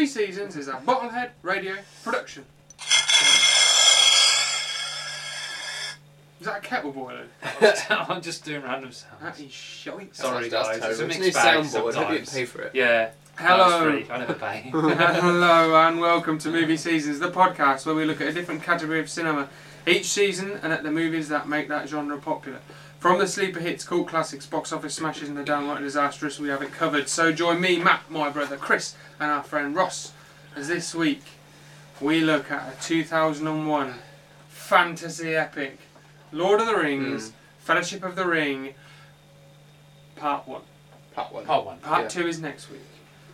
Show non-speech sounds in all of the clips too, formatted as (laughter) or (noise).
Seasons is a Bottlehead Radio production. Is that a kettle boiler? (laughs) I'm just doing random That sounds. is shite. Sorry, That's guys, it's a terrible. mixed new bag soundboard. I hope you didn't sometimes. pay for it. Yeah. Hello. No, it's free. I never pay. Uh, Hello and welcome to Movie Seasons, the podcast where we look at a different category of cinema each season and at the movies that make that genre popular. From the sleeper hits, cult classics, box office smashes, and the downright disastrous, we have it covered. So join me, Matt, my brother Chris, and our friend Ross, as this week we look at a 2001 fantasy epic, Lord of the Rings, Fellowship of the Ring, Part 1. Part one. Part one. Part Yeah. 2 is next week.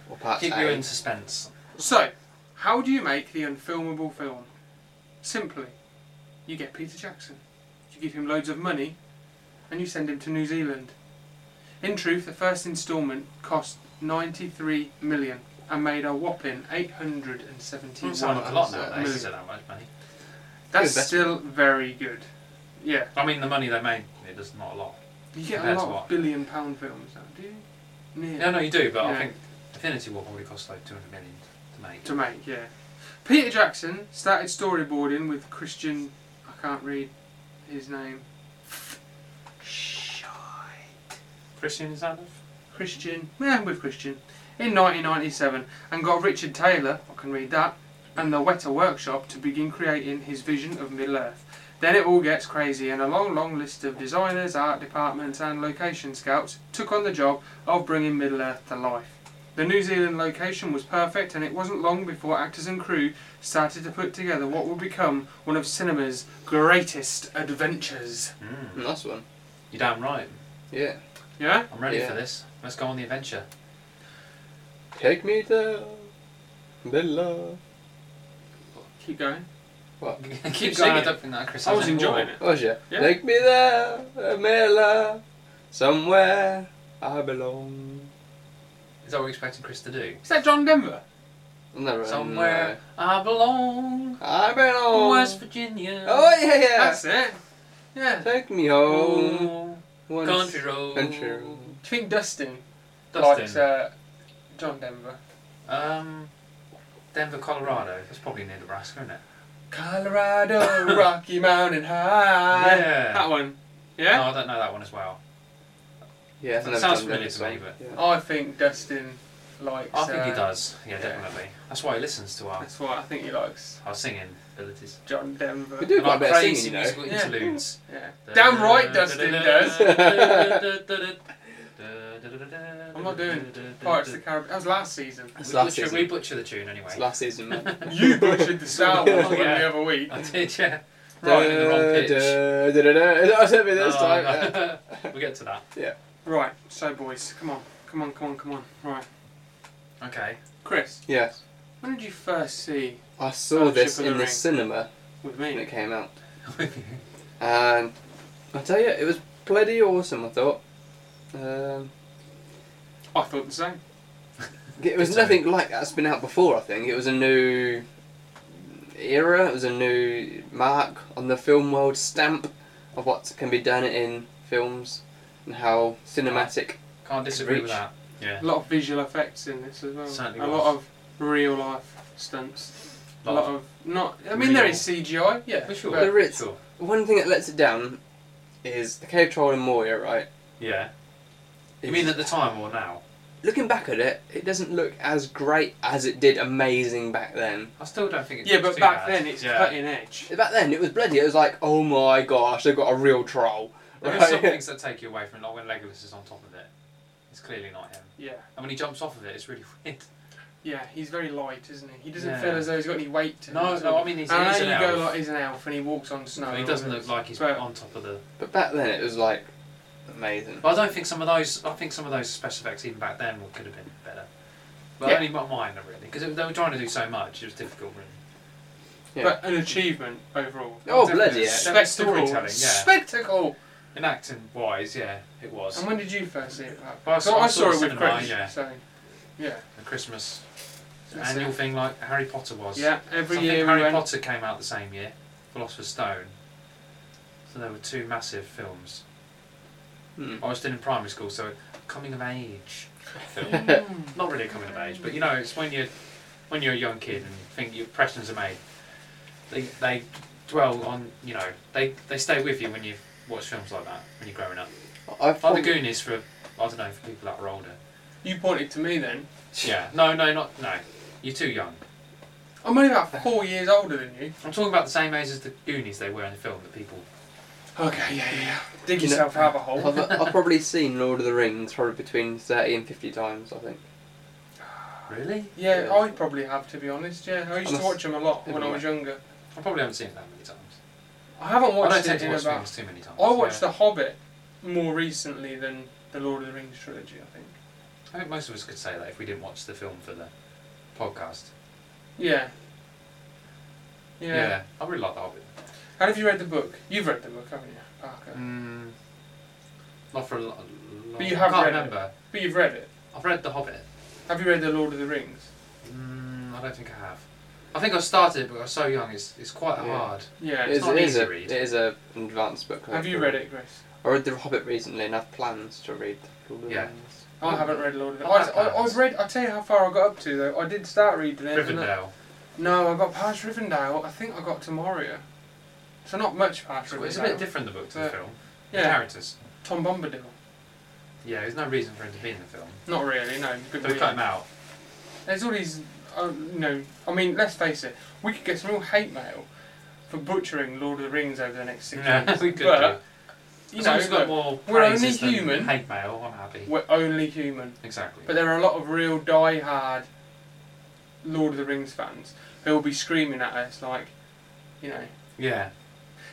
Or part Keep A. you in suspense. So, how do you make the unfilmable film? Simply, you get Peter Jackson, you give him loads of money, and you send him to New Zealand. In truth, the first instalment cost 93 million and made a whopping 871 Doesn't sound like a lot Million. nowadays. Is it that much money? That's Good investment. still very good. Yeah, I mean, the money they made, it is not a lot. you get Compared a to lot of what? billion pound films now, do you? Nearly. No, no, you do, but Yeah. I think Infinity War probably cost like 200 million to make. to make, yeah. Peter Jackson started storyboarding with Christian. I can't read his name. Christian is that Christian, yeah, with Christian, in 1997, and got Richard Taylor, I can read that, and the Weta Workshop to begin creating his vision of Middle Earth. Then it all gets crazy, and a long, long list of designers, art departments, and location scouts took on the job of bringing Middle Earth to life. The New Zealand location was perfect, and it wasn't long before actors and crew started to put together what would become one of cinema's greatest adventures. Mm. Nice one. You're damn right. Yeah. Yeah? I'm ready Yeah. for this. Let's go on the adventure. Take me there, Bella. Keep going. What? Keep singing. going. I don't think that Chris. I has was any enjoying more. it. Oh yeah. Yeah. Take me there, Bella. Somewhere I belong. Is that what we're expecting Chris to do? Is that John Denver? Never. Somewhere I belong. no. I belong. West Virginia. Oh yeah, yeah. That's it. Yeah. Take me home. Oh, Once- country road. Country road. Do you think Dustin, Dustin. likes uh, John Denver? Um, Denver, Colorado. That's probably near Nebraska, isn't it? Colorado, (laughs) Rocky Mountain High. Yeah. That one. No, Yeah? I don't know that one as well. Yeah. That sounds familiar to me, but- Yeah. I think Dustin likes. I think he uh, does. Yeah, yeah. definitely. That's why he listens to our That's why I think he likes our singing abilities. John Denver. We do And our quite a bit of crazy singing, you know. musical Yeah. interludes. Yeah. Damn right (laughs) Dustin does. I'm not doing Pirates of the Caribbean. That was last season. It's We last butcher, season. we butcher the tune anyway. It's last season, man. You butchered the Star Wars Yeah. one the other week. (laughs) I (laughs) did, yeah. Right, in the wrong (laughs) pitch. That's it, Oh, this No, (laughs) time. yeah. Oh, no. we'll get to that. Right, so boys, come on. Come on, come on, come on. Right. Okay. (laughs) Chris, Yeah. when did you first see I Oh, saw this Fellowship of the in the Ring. cinema with when me? it came out. And I tell you, it was bloody awesome, I thought. Um, I thought the same. it was Good to nothing like that's been out before, I think. It was a new era, it was a new mark on the film world stamp of what can be done in films and how cinematic Can't disagree with Reach. that. Yeah. A lot of visual effects in this as well. Certainly a was. lot of real life stunts. A lot of not. I mean, real- there is CGI. Yeah, For sure. but- There is. Sure. One thing that lets it down is the cave troll in Moria, right? Yeah. You It's- mean at the time or now? looking back at it, it doesn't look as great as it did amazing back then. I still don't think it's yeah, but too back bad. then it's yeah. cutting edge. Back then, it was bloody. It was like, oh my gosh, they've got a real troll. There are Right? (laughs) some things that take you away from it, like when Legolas is on top of it. It's clearly not him. Yeah, And when he jumps off of it, it's really (laughs) weird. yeah. He's very light, isn't he? He doesn't Yeah. feel as though he's got any weight. To him No, at no, all. I mean, he's, And I he's know an you elf. go like he's an elf, and he walks on snow. but he and doesn't all look this. like he's But on top of the. (laughs) But back then, it was like amazing. But I don't think some of those. I think some of those special effects even back then would- could have been better. But Yeah. only but minor really, because they were trying to do so much. It was difficult. Really. Yeah. but an achievement overall. Oh Definitely. bloody yeah! Spectacle. Storytelling, yeah. Spectacle. In acting wise, yeah, it was. And when did you first see it? Pat? Well, I So saw- I I saw saw it the with cinema, Chris. yeah. So, yeah, A Christmas That's annual it. thing like Harry Potter was. yeah. So Every I year think we Harry went- Potter came out the same year. Philosopher's Stone. So there were two massive films. Hmm. I was still in primary school, so coming of age film. Mm. (laughs) Not really a coming of age, but you know, it's when you're when you're a young kid and you think your impressions are made, they they dwell on you know they they stay with you when you watch films like that when you're growing up. I've Like probably, the Goonies for I don't know for people that (laughs) are older. You pointed to me then. Yeah, no, no, not no. You're too young. I'm only about four years older than you. I'm talking about the same age as the Goonies they were in the film that people. Okay, yeah, yeah, yeah. Dig You know- yourself out of a hole. I've, I've probably seen Lord of the Rings probably between thirty and fifty times. I think. Really? Yeah, Yeah. I probably have to be honest. Yeah, I used to Unless- watch them a lot when I was younger. I probably haven't seen it that many times. I haven't I don't watched tend it to in watch about. films too many times. I watched yeah. The Hobbit more recently than the Lord of the Rings trilogy. I think. I think most of us could say that if we didn't watch the film for the podcast. Yeah. Yeah. I really like The Hobbit. How have you read the book? You've read the book, haven't you, Parker? Mm, not for a lot. But you have I can't read it. remember. But you've read it. I've read The Hobbit. Have you read the Lord of the Rings? Mm, I don't think I have. I think I started, but I was so young. It's it's quite Yeah. hard. Yeah. it is, not it easy is to a, read. It is a, an advanced book. have you read it, Chris? I read The Hobbit recently, and I've plans to read Lord of the Yeah. Rings. I haven't read Lord of the I Rings. have Mm. I, I, plans. I've read. I tell you how far I got up to though. I did start reading it. and I- Rivendell. No, I got past Rivendell. I think I got to Moria. So not much past It's, Rivendell. it's a bit different the book to the Yeah. film. The Yeah, characters. Tom Bombadil. Yeah, there's no reason for him to be in the film. Not really. No. But They cut him out. There's all these. Uh, you know, I mean, let's face it. We could get some real hate mail for butchering Lord of the Rings over the next six Yeah, (laughs) years. we could but do. you As know, long as it's got look, more we're only praises than human. Hate mail. I'm happy. we're only human. Exactly. But there are a lot of real die-hard Lord of the Rings fans who will be screaming at us like, you know, yeah.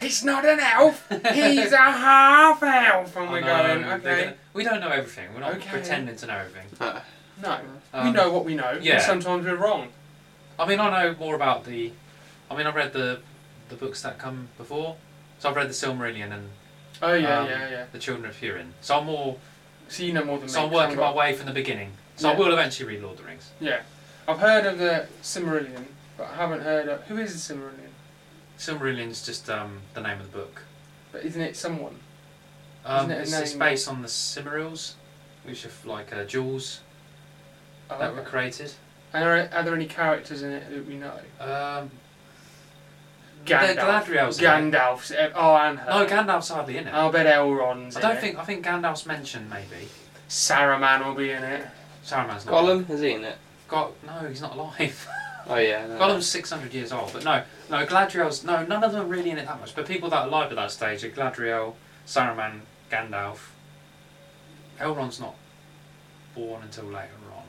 it's not an (laughs) elf. He's (laughs) a half elf, and I we're know, going they're Oh okay. gonna- we don't know everything. We're not Okay. pretending to know everything. Uh, No, we Um, know what we know. and yeah. sometimes we're wrong. I mean, I know more about the. I mean, I read the the books that come before, so I've read the Silmarillion and Oh yeah, um, yeah, yeah. the Children of Hurin. So I'm more. So you know more than me. So I'm 'cause working I've my got- way from the beginning. So I Yeah. will eventually read Lord of the Rings. Yeah, I've heard of the Cimmerillion, but I haven't heard of who is the Cimmerillion. Silmarillion's just um, the name of the book. But isn't it someone? Um, Isn't it a it's, it's name? based on the Silmarils, which are like uh, jewels Oh, that were okay. created. And are, are there any characters in it that we know? Um, Gandalf. the- Galadriel's in it. Gandalf's. eh, Oh, and her. No, Gandalf's hardly in it. I'll bet Elrond's. I in don't it. think. I think Gandalf's mentioned maybe. Saruman will be in it. Saruman's not. Gollum has he in it? Got no, he's not alive. Oh (laughs) yeah. No. Gollum's six hundred years old, but no, no, Galadriel's no, none of them are really in it that much. But people that are alive at that stage are Galadriel, Saruman, Gandalf. Elrond's not born until later on.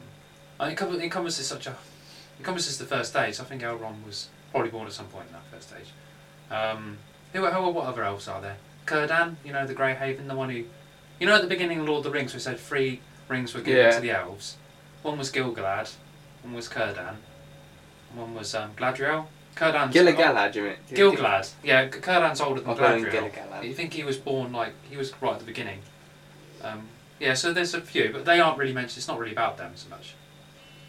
And it, com- it encompasses such a encompasses the first stage. I think Elrond was probably born at some point in that first stage. Um, who, who, what other elves are there? Curdan, you know the Grey Haven, the one who, you know, at the beginning of Lord of the Rings, we said three rings were given Yeah. to the elves. One was Gilgalad, one was Curdan, and one was um, Gladriel. Curdan's Gilligalad, you mean? Gilgalad. Yeah, C- Curdan's older than I'm going Gladriel. Gilligalad. You think he was born like he was right at the beginning. Um, yeah, so there's a few, but they aren't really mentioned. It's not really about them so much.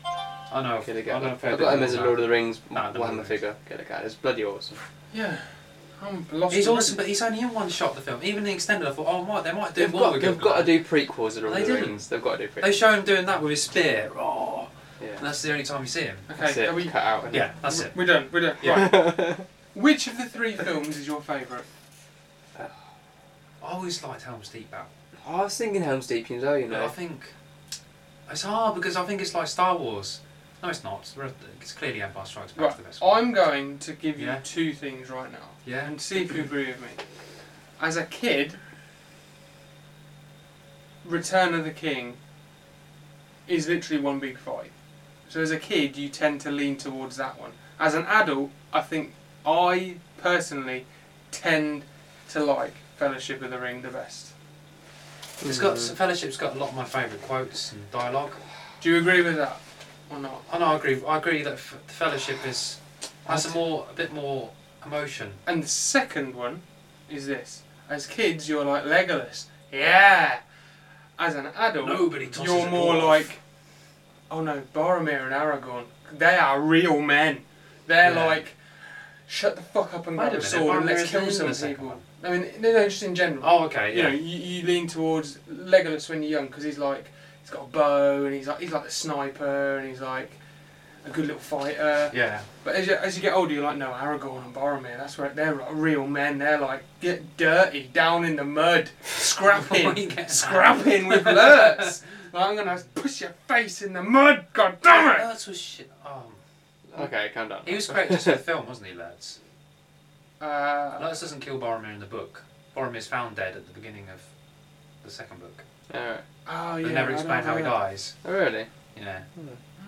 I know. I know Gilligalad. fair I've bit got him more as a about- Lord of the Rings No, the Lord of the Warhammer figure. Gilligalad is bloody awesome. Yeah. I'm lost. He's and awesome, written. but he's only in one shot. The film, even the extended, I thought, oh, might they might do They've more. got, with they've Gilgalad. got to do prequels of Lord They of the didn't. Rings. They've got to do They prequels. show him doing that with his spear. Oh, and yeah. that's the only time you see him. That's Okay, it. are we? Cut out. Yeah, that's it. We're done. We're done. Right. Yeah. Which of the three films is your favourite? I always liked Helm's Deep Battle. (laughs) I was thinking Helm's Deep, you know. You But I know. think it's hard because I think it's like Star Wars. No, it's not. It's clearly Empire Strikes Back Right. for the best. one. I'm going to give you Yeah. two things right now. Yeah. and see if you agree with me. As a kid, Return of the King is literally one big fight. So as a kid, you tend to lean towards that one. As an adult, I think I personally tend to like Fellowship of the Ring the best. It's got Mm. Fellowship's got a lot of my favourite quotes and dialogue. Do you agree with that or not? I know. I agree. I agree that F- the Fellowship is has a more a bit more emotion. And the second one is this: as kids, you're like Legolas, yeah. As an adult, Nobody tosses You're a more dwarf. like, oh no, Boromir and Aragorn, they are real men. They're Yeah. like, shut the fuck up and Wait a grab a minute, sword and Boromir let's isn't kill in some the second people. one. I mean, no, no, just in general. Oh, okay. You know, Yeah. you, you lean towards Legolas when you're young because he's like, he's got a bow and he's like, he's like the sniper and he's like, a good little fighter. Yeah. But as you, as you get older, you're like, no, Aragorn and Boromir, that's right. They're like real men. They're like, get dirty, down in the (laughs) mud, We scrapping, get that. scrapping with lurts. Like, I'm gonna push your face in the mud. God damn it! Lertz was shit. Oh. Okay, calm down. He was great just for the film, wasn't he, Lertz? Uh, Lertz doesn't kill Boromir in the book. Boromir's found dead at the beginning of the second book. Alright. oh They yeah. never explain how he dies. Oh, really? You know.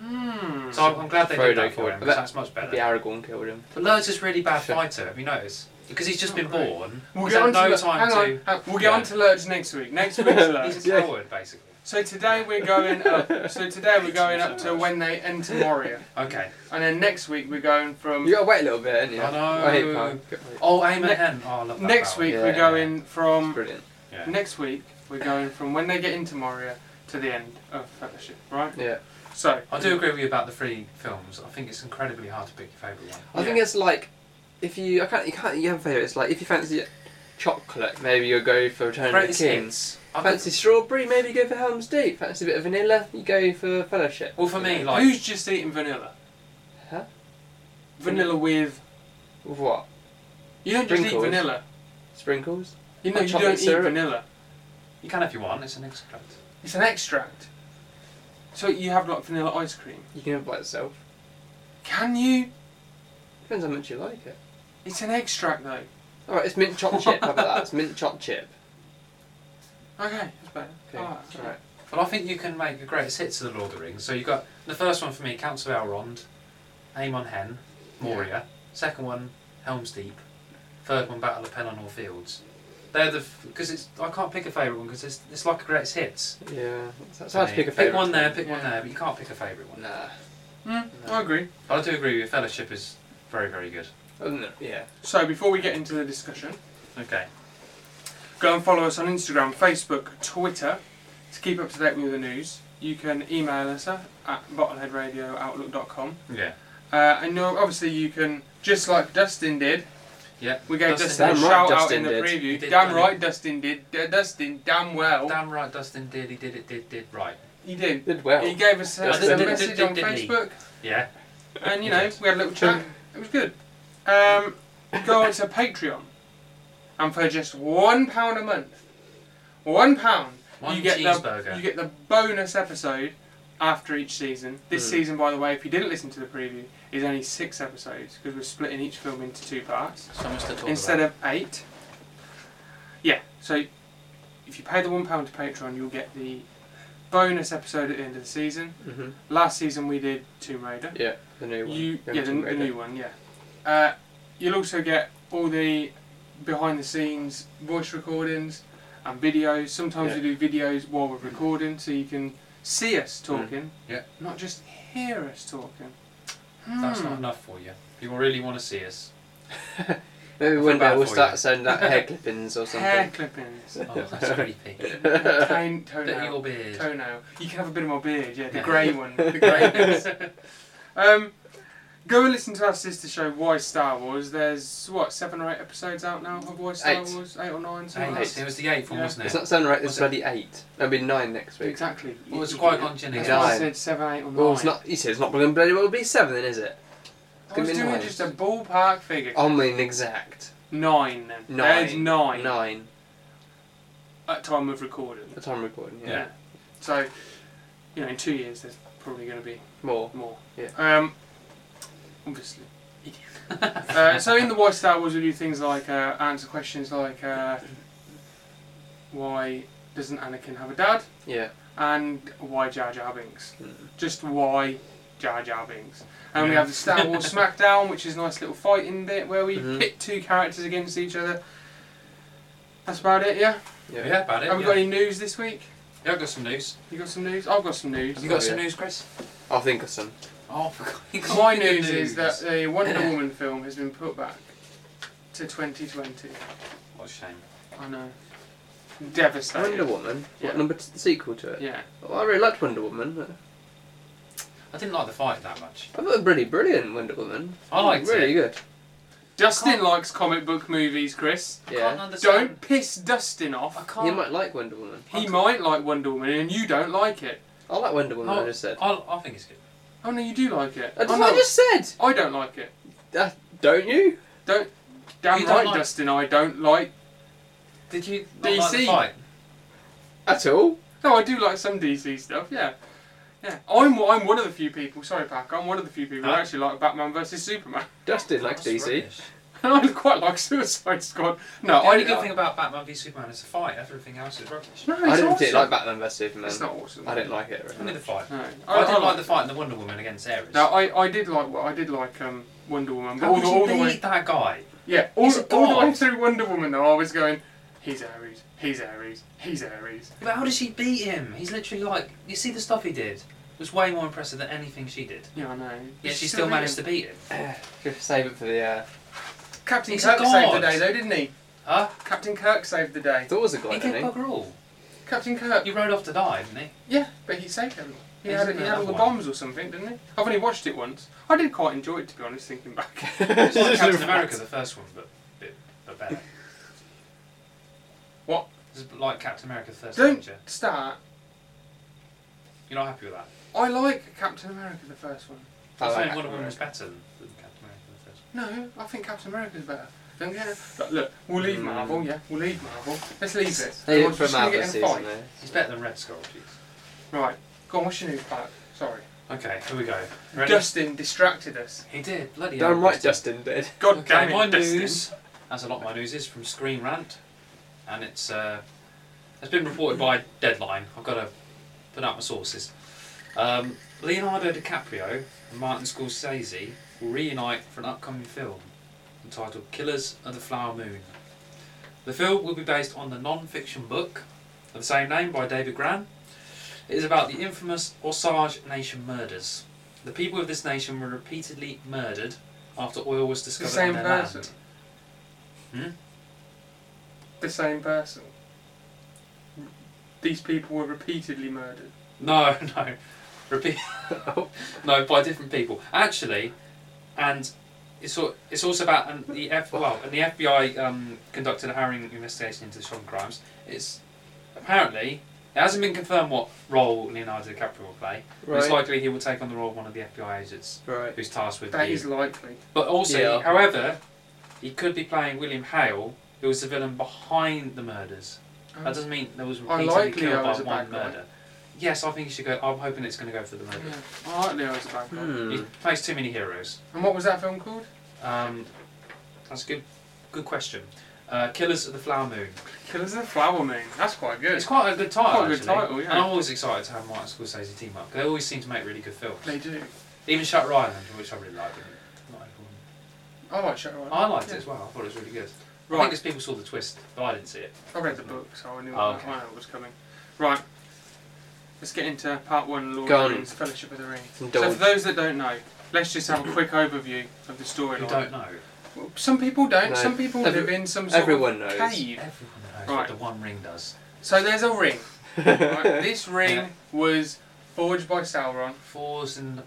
Hmm. So I'm, I'm glad they did Frodo that for killed him. him. 'cause that's much better. The Aragorn killed him. But Lertz is really bad Sure. fighter. Have you noticed? Because he's just Not been really. born. We'll he's get had on no to time hang to. on, hang- We'll get Yeah. on to Lurch next week. Next (laughs) week's Lurch. He's a coward, basically. So today we're going up. So today we're going up to when they enter Moria, Okay. and then next week we're going from You gotta wait a little bit, haven't you? I know. Wait, pal. Good wait. Oh, aim and Ne- Hen. Oh, I love that. next battle. week Yeah. we're going It's from brilliant. Yeah. next week we're going from when they get into Moria to the end of Fellowship, right? Yeah. So I do agree with you about the three films. I think it's incredibly hard to pick your favourite one. I think Yeah. it's like if you I can't you can't you have a favourite. It's like if you fancy chocolate, maybe you'll go for Return Greatest of the King. hits. I Fancy strawberry, maybe you go for Helm's Deep. Fancy a bit of vanilla, you go for Fellowship. Well, for me, like who's just eating vanilla? Huh? Vanilla with With what? you don't just Sprinkles. eat vanilla. Sprinkles? You know Or you chocolate don't syrup. eat vanilla. you can if you want. It's an extract. It's an extract. So you have like vanilla ice cream. You can have it by itself. Can you? Depends how much you like it. It's an extract though. Alright, it's mint choc chip. How about that? It's mint choc chip. Okay, that's better. Okay. Alright, okay. Alright. Well, I think you can make the greatest hits of the Lord of the Rings. So you've got the first one for me, Council of Elrond, Aemon Hen, Moria. Second one, Helm's Deep. Third one, Battle of Pelennor Fields. They're the because it's I can't pick a favourite one because it's it's like a greatest hits. Yeah. That's hard to pick a favourite. Pick one there, pick one Yeah. there, but you can't pick a favourite one. Nah. Mm, No. I agree. But I do agree with you. Fellowship is very very good. Other than that, yeah. So before we get into the discussion, Okay. go and follow us on Instagram, Facebook, Twitter to keep up to date with all the news. You can email us at bottleheadradiooutlook.com. Yeah. Uh, and you know, obviously you can, just like Dustin did, Yeah. we gave Dustin Dustin, a did. Damn shout right out Dustin in the did. He preview. did, damn didn't he? right Dustin did. D- Dustin, damn well. Damn right, Dustin did. He did it. Did did right. He did. Did well. He gave us a, Dustin a did- message did- on did- did he? Facebook Yeah. and you He know, did. we had a little chat. It was good. Um, go on to Patreon and for just one pound a month, one pound One you get cheeseburger. the you get the bonus episode after each season. This Mm. season, by the way, if you didn't listen to the preview, is only six episodes because we're splitting each film into two parts So much to talk instead about. of eight. Yeah, so if you pay the one pound to Patreon, you'll get the bonus episode at the end of the season. hmm Last season we did Tomb Raider. Yeah. The new one. You Young yeah, the, Tomb the Raider. new one, yeah. Uh, you'll also get all the behind the scenes voice recordings and videos. Sometimes Yeah. we do videos while we're recording, so you can see us talking, Yeah. not just hear us talking. That's Hmm. not enough for you. People really want to see us. Maybe I one feel bad day we'll for start you. sending out hair clippings or something. Hair clippings, Oh, (laughs) that's creepy. Tone- Look at toenail, your beard. toenail. You can have a bit of my beard, yeah, the Yeah. grey one, the grey one. Um, go and listen to our sister show, Why Star Wars. There's what seven or eight episodes out now of Why Star Eight. Wars, eight or nine, something. like that? Eight. It was the eighth one, Yeah. wasn't It's it? not sounding right. It's What's bloody eight. There'll be nine next week. Exactly. Well, it's quite gone Jenny. That's Yeah. why I Nine. said seven, eight, or nine. Well, it's not. You said it's not going to bloody well be seven, then is it? I was gonna be doing nine. just a ballpark figure. I mean, exact Nine. Then. Nine. There's nine. nine At time of recording. at the time of recording. Yeah. Yeah. So, you know, in two years there's probably going to be More. more. Yeah. Um. (laughs) Obviously. uh, so in the Why Star Wars, we do things like uh, answer questions like uh, why doesn't Anakin have a dad Yeah. and why Jar Jar Binks. Mm. just why Jar Jar Binks. And we Hmm. Yeah. have the Star (laughs) Wars Smackdown, which is a nice little fighting bit where we Mm-hmm. Mhm. pit two characters against each other. That's about it, yeah? Yeah. Yeah, about it. have we yeah. got any news this week? Yeah, I've got some news. You got some news? I've got some news. Have you got Oh, some yeah. news, Chris? I'll think of some. Oh, (laughs) for God. you got My good news, is that the Wonder Woman film has been put back to 2020. What a shame. I know. Devastating. Wonder Woman. Yeah. What number? T- the sequel to it. Yeah. Oh, I really liked Wonder Woman. but I didn't like the fight that much. I thought it was really brilliant Wonder Woman. I liked Oh, really it. good. Dustin Can't- likes comic book movies, Chris. I can't Yeah. understand. Don't piss Dustin I off. can't. You might like Wonder Woman. He might like Wonder Woman and you don't like it. I like Wonder Woman. Oh, I just said. I, I think it's good. Oh no, you do like it. That's oh, what no, I just said. I don't like it. Uh, don't you? Don't. Damn You don't right, like- Dustin. I don't like. Did you Do not you like the see? fight? At all? No, I do like some DC stuff. Yeah, yeah. I'm I'm one of the few people. Sorry, Pack. I'm one of the few people who Huh? actually like Batman versus Superman. Dustin likes That's DC. rubbish. And (laughs) I quite like Suicide Squad. No, The I only didn't. good Like, thing about Batman v Superman is the fight. Everything else is rubbish. no, it's I didn't awesome. particularly like Batman vs Superman. It's not awesome. I didn't like it. Really. Only the fight. No, I, didn't like, the fight in the Wonder Woman against Ares. No, I, I did like I did like um, Wonder Woman, but How all could the, you all the beat way that guy? yeah all, He's a all the way god. through Wonder Woman though I was going, he's Ares, he's Ares, he's Ares. But how did she beat him? He's literally like, you see the stuff he did was way more impressive than anything she did. Yeah, I know. Yet she still managed to beat him. Just Eh, save it for the. Uh, Captain He's a Kirk saved the god. day though, didn't he? Huh? Captain Kirk saved the I day. thought it was a guy, he did (laughs) didn't he? bugger all. Captain Kirk. He rode off to die, didn't he? Yeah, but he saved everyone. He He's had, in he had all the another one. bombs or something, didn't he? I've only watched it once. I did quite enjoy it, to be honest, thinking back. (laughs) It's like Just Captain a- America, the first one, but bit but better. What? It's like Captain America, the 1st Don't Avenger. start. You're not happy with that? I like Captain America, the first one. I I like thought Wonder Captain Woman was America. better than than Captain America, the first No, I think Captain America's better. Don't get it. Look, look, we'll leave Marvel, yeah, we'll leave Marvel. Let's leave it. Otherwise They did we're for just gonna Marvel get in a season, fight. though. one. He's better than Red Skull, jeez. Right, go on, what's your news, Pat? Sorry. Okay, here we go. Ready? Dustin distracted us. He did, bloody hell. Damn right, Justin did. God Okay, damn it, my Dustin. news. That's a lot. My news is from Screen Rant, and it's uh, it's been reported by Deadline. I've got to put out my sources. Um, Leonardo DiCaprio and Martin Scorsese will reunite for an upcoming film entitled "Killers of the Flower Moon." The film will be based on the non-fiction book of the same name by David Gran. It is about the infamous Osage Nation murders. The people of this nation were repeatedly murdered after oil was It's the discovered same on their person. land. Hmm? The same person. These people were repeatedly murdered. No, (laughs) no. Repeat. (laughs) no, by different people. Actually, and it's al- it's also about and the F well, and the FBI um, conducted a harrowing investigation into the Sean crimes. It's apparently it hasn't been confirmed what role Leonardo DiCaprio will play. but It's likely he will take on the role of one of the FBI agents right. who's tasked with That the- is likely. But also, Yeah. however, he could be playing William Hale, who was the villain behind the murders. Oh, That doesn't mean there was repeatedly Unlikely killed I by was a one bad guy. murder. Yes, I think you should go. I'm hoping it's going to go for the murder. Yeah, I like Leo's a bad guy. He Hmm. plays too many heroes. And what was that film called? Um, that's a good, good question. Uh, Killers of the Flower Moon. Killers of the Flower Moon. That's quite good. It's quite a good title. Quite a good actually. title, yeah. And I'm always excited to have Martin Scorsese team up. They always seem to make really good films. They do. Even Shutter Island, which I really like. I like Shutter Island. I liked Yeah. it as well. I thought it was really good. I think Right, it's people saw the twist, but I didn't see it. I read the book, so I knew Oh, that okay. when it was coming. Right, let's get into part one Lord Go of the on. Rings Fellowship of the Ring. So, Indulge. for those that don't know, let's just have a quick overview of the You storyline. don't know. Some people don't, No. some people Every- live in some sort Everyone of knows. cave. Everyone knows Right. what the One Ring does. So, there's a ring. Right? this ring Yeah. was forged by Sauron, Falls in the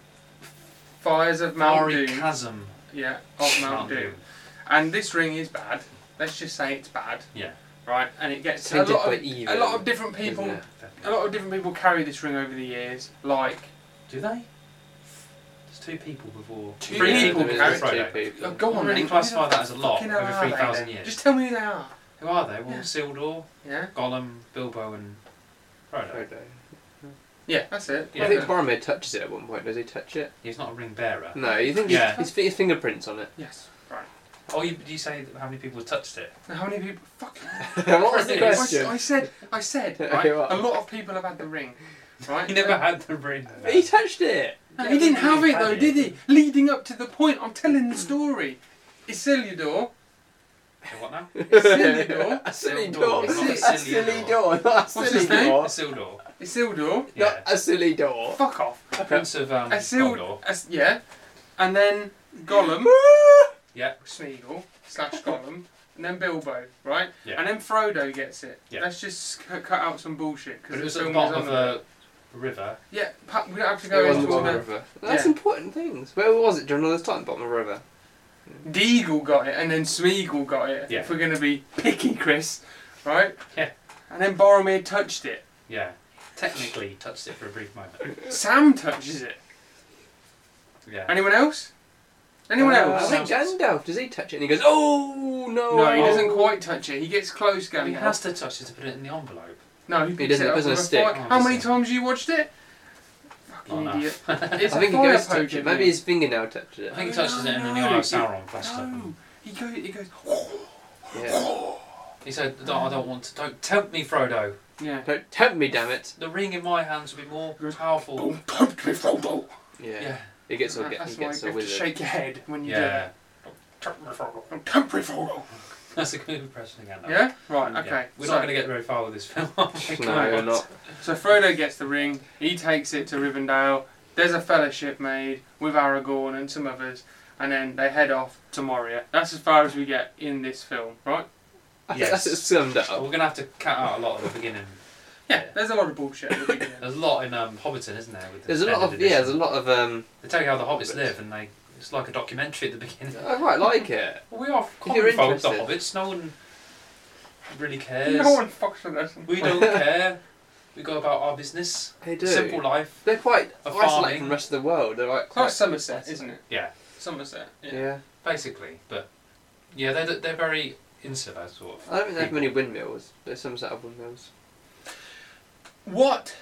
Fires of Mount Maury Doom. Chasm. Yeah, of Mount Mount Doom. Doom. And this ring is bad. Let's just say it's bad, Yeah. right? And it gets a Tainted lot by of evil, a lot of different people. isn't A lot of different people carry this ring over the years. Like Do they? There's two people before. Two Yeah, people there carry- is two Frodo. people. Oh, go I on, really then. classify Who that as a lot fucking hell Oh, over are they 3,000 then? years. Just tell me who they are. Who are they? Well, Yeah. Sildor, Yeah. Gollum, Bilbo, and Frodo. Frodo. Yeah, that's it. Yeah. I think Boromir touches it at one point. Does he touch it? He's not a ring bearer. No, you think Yeah. his, his, fi- his fingerprints on it. Yes. Right. Oh, you, you say that how many people have touched it? (laughs) Now, how many people? Fuck. (laughs) what was the I, s- question? I said. I said. Okay, Right, what? a lot of people have had the ring. Right. Um, He never had the ring. He touched it. No, Yeah, he but didn't he have it had though, it. did he? Leading up to the point, I'm telling the story. Isildur. So what now? (laughs) Isildur. A Silly silly door. door. A Silly silly door. door. Not a What's silly his name? door. Isildur. Isildur. Yeah. Not a silly door. Fuck off. Prince of um, Isildur. Gondor. Is- yeah. And then Gollum. (laughs) Yeah. Smeagol slash Gollum, and then Bilbo, right? Yeah. And then Frodo gets it. Yeah. Let's just c- cut out some bullshit But because it was the at the film was bottom on of the- a river. Yeah, pa- we don't have to It go was the into all bottom of a the. river. That's Yeah. important things. Where was it during all this time? Bottom of a river. Deagle got it, and then Smeagol got it. Yeah. If we're gonna be picky, Chris, right? Yeah. And then Boromir touched it. (laughs) Yeah. Technically touched it for a brief moment. Sam touches it. Yeah. Anyone else? Anyone Uh, Oh, I else? think Gandalf does he touch it and he goes, oh no. No, he Oh. doesn't quite touch it. He gets close, Gandalf. He has to touch it to put it in the envelope. No, he, picks doesn't- It it up doesn't with a stick. Oh, fire- Oh, How does many it? times have you watched it? Fucking Not idiot. enough. It's (laughs) I a think he fire goes to touch poke, it. isn't Maybe his fingernail touches it. I think he touches it and then the No, eye of it- Sauron flashes up. No, he goes. He goes. "Oh." Yeah. He said, "No, I don't want to. Don't tempt me, Frodo. Yeah. Don't tempt me, damn it. The ring in my hands would be more Good. powerful." Don't tempt me, Frodo. Yeah. Yeah. He gets all get, That's he why gets you all have to with it. (laughs) shake your head when you do Yeah. it. Don't tempt me, Frodo. Don't tempt me, Frodo. That's a good impression Oh. again. Though. Yeah. Right. Okay. Yeah. We're so, not going to get very far with this (laughs) film. are we? (laughs) No, Come you're on. not. so Frodo gets the ring. He takes it to Rivendell. There's a fellowship made with Aragorn and some others, and then they head off to Moria. That's as far as we get in this film, right? I (laughs) think Yes. That's it summed But up. We're going to have to cut out a lot of the beginning. Yeah. Yeah. There's a lot of bullshit. at the beginning. (laughs) There's a lot in um, Hobbiton, isn't there? With the There's a lot extended of yeah. There's a edition? lot of um. They tell you how the hobbits Hobbits. live, and they it's like a documentary at the beginning. I (laughs) quite like it. Well, we are common you're folk, the interested. hobbits. No one really cares. No one fucks with us. We (laughs) don't care. We go about our business. They do. Simple life. They're quite A isolated farming. from the rest of the world. They're like That's quite, Somerset, isn't it? Yeah, Somerset. Yeah. yeah. basically. But yeah, they're they're very insular sort of. I don't think they have people. many windmills. There's some set of windmills. What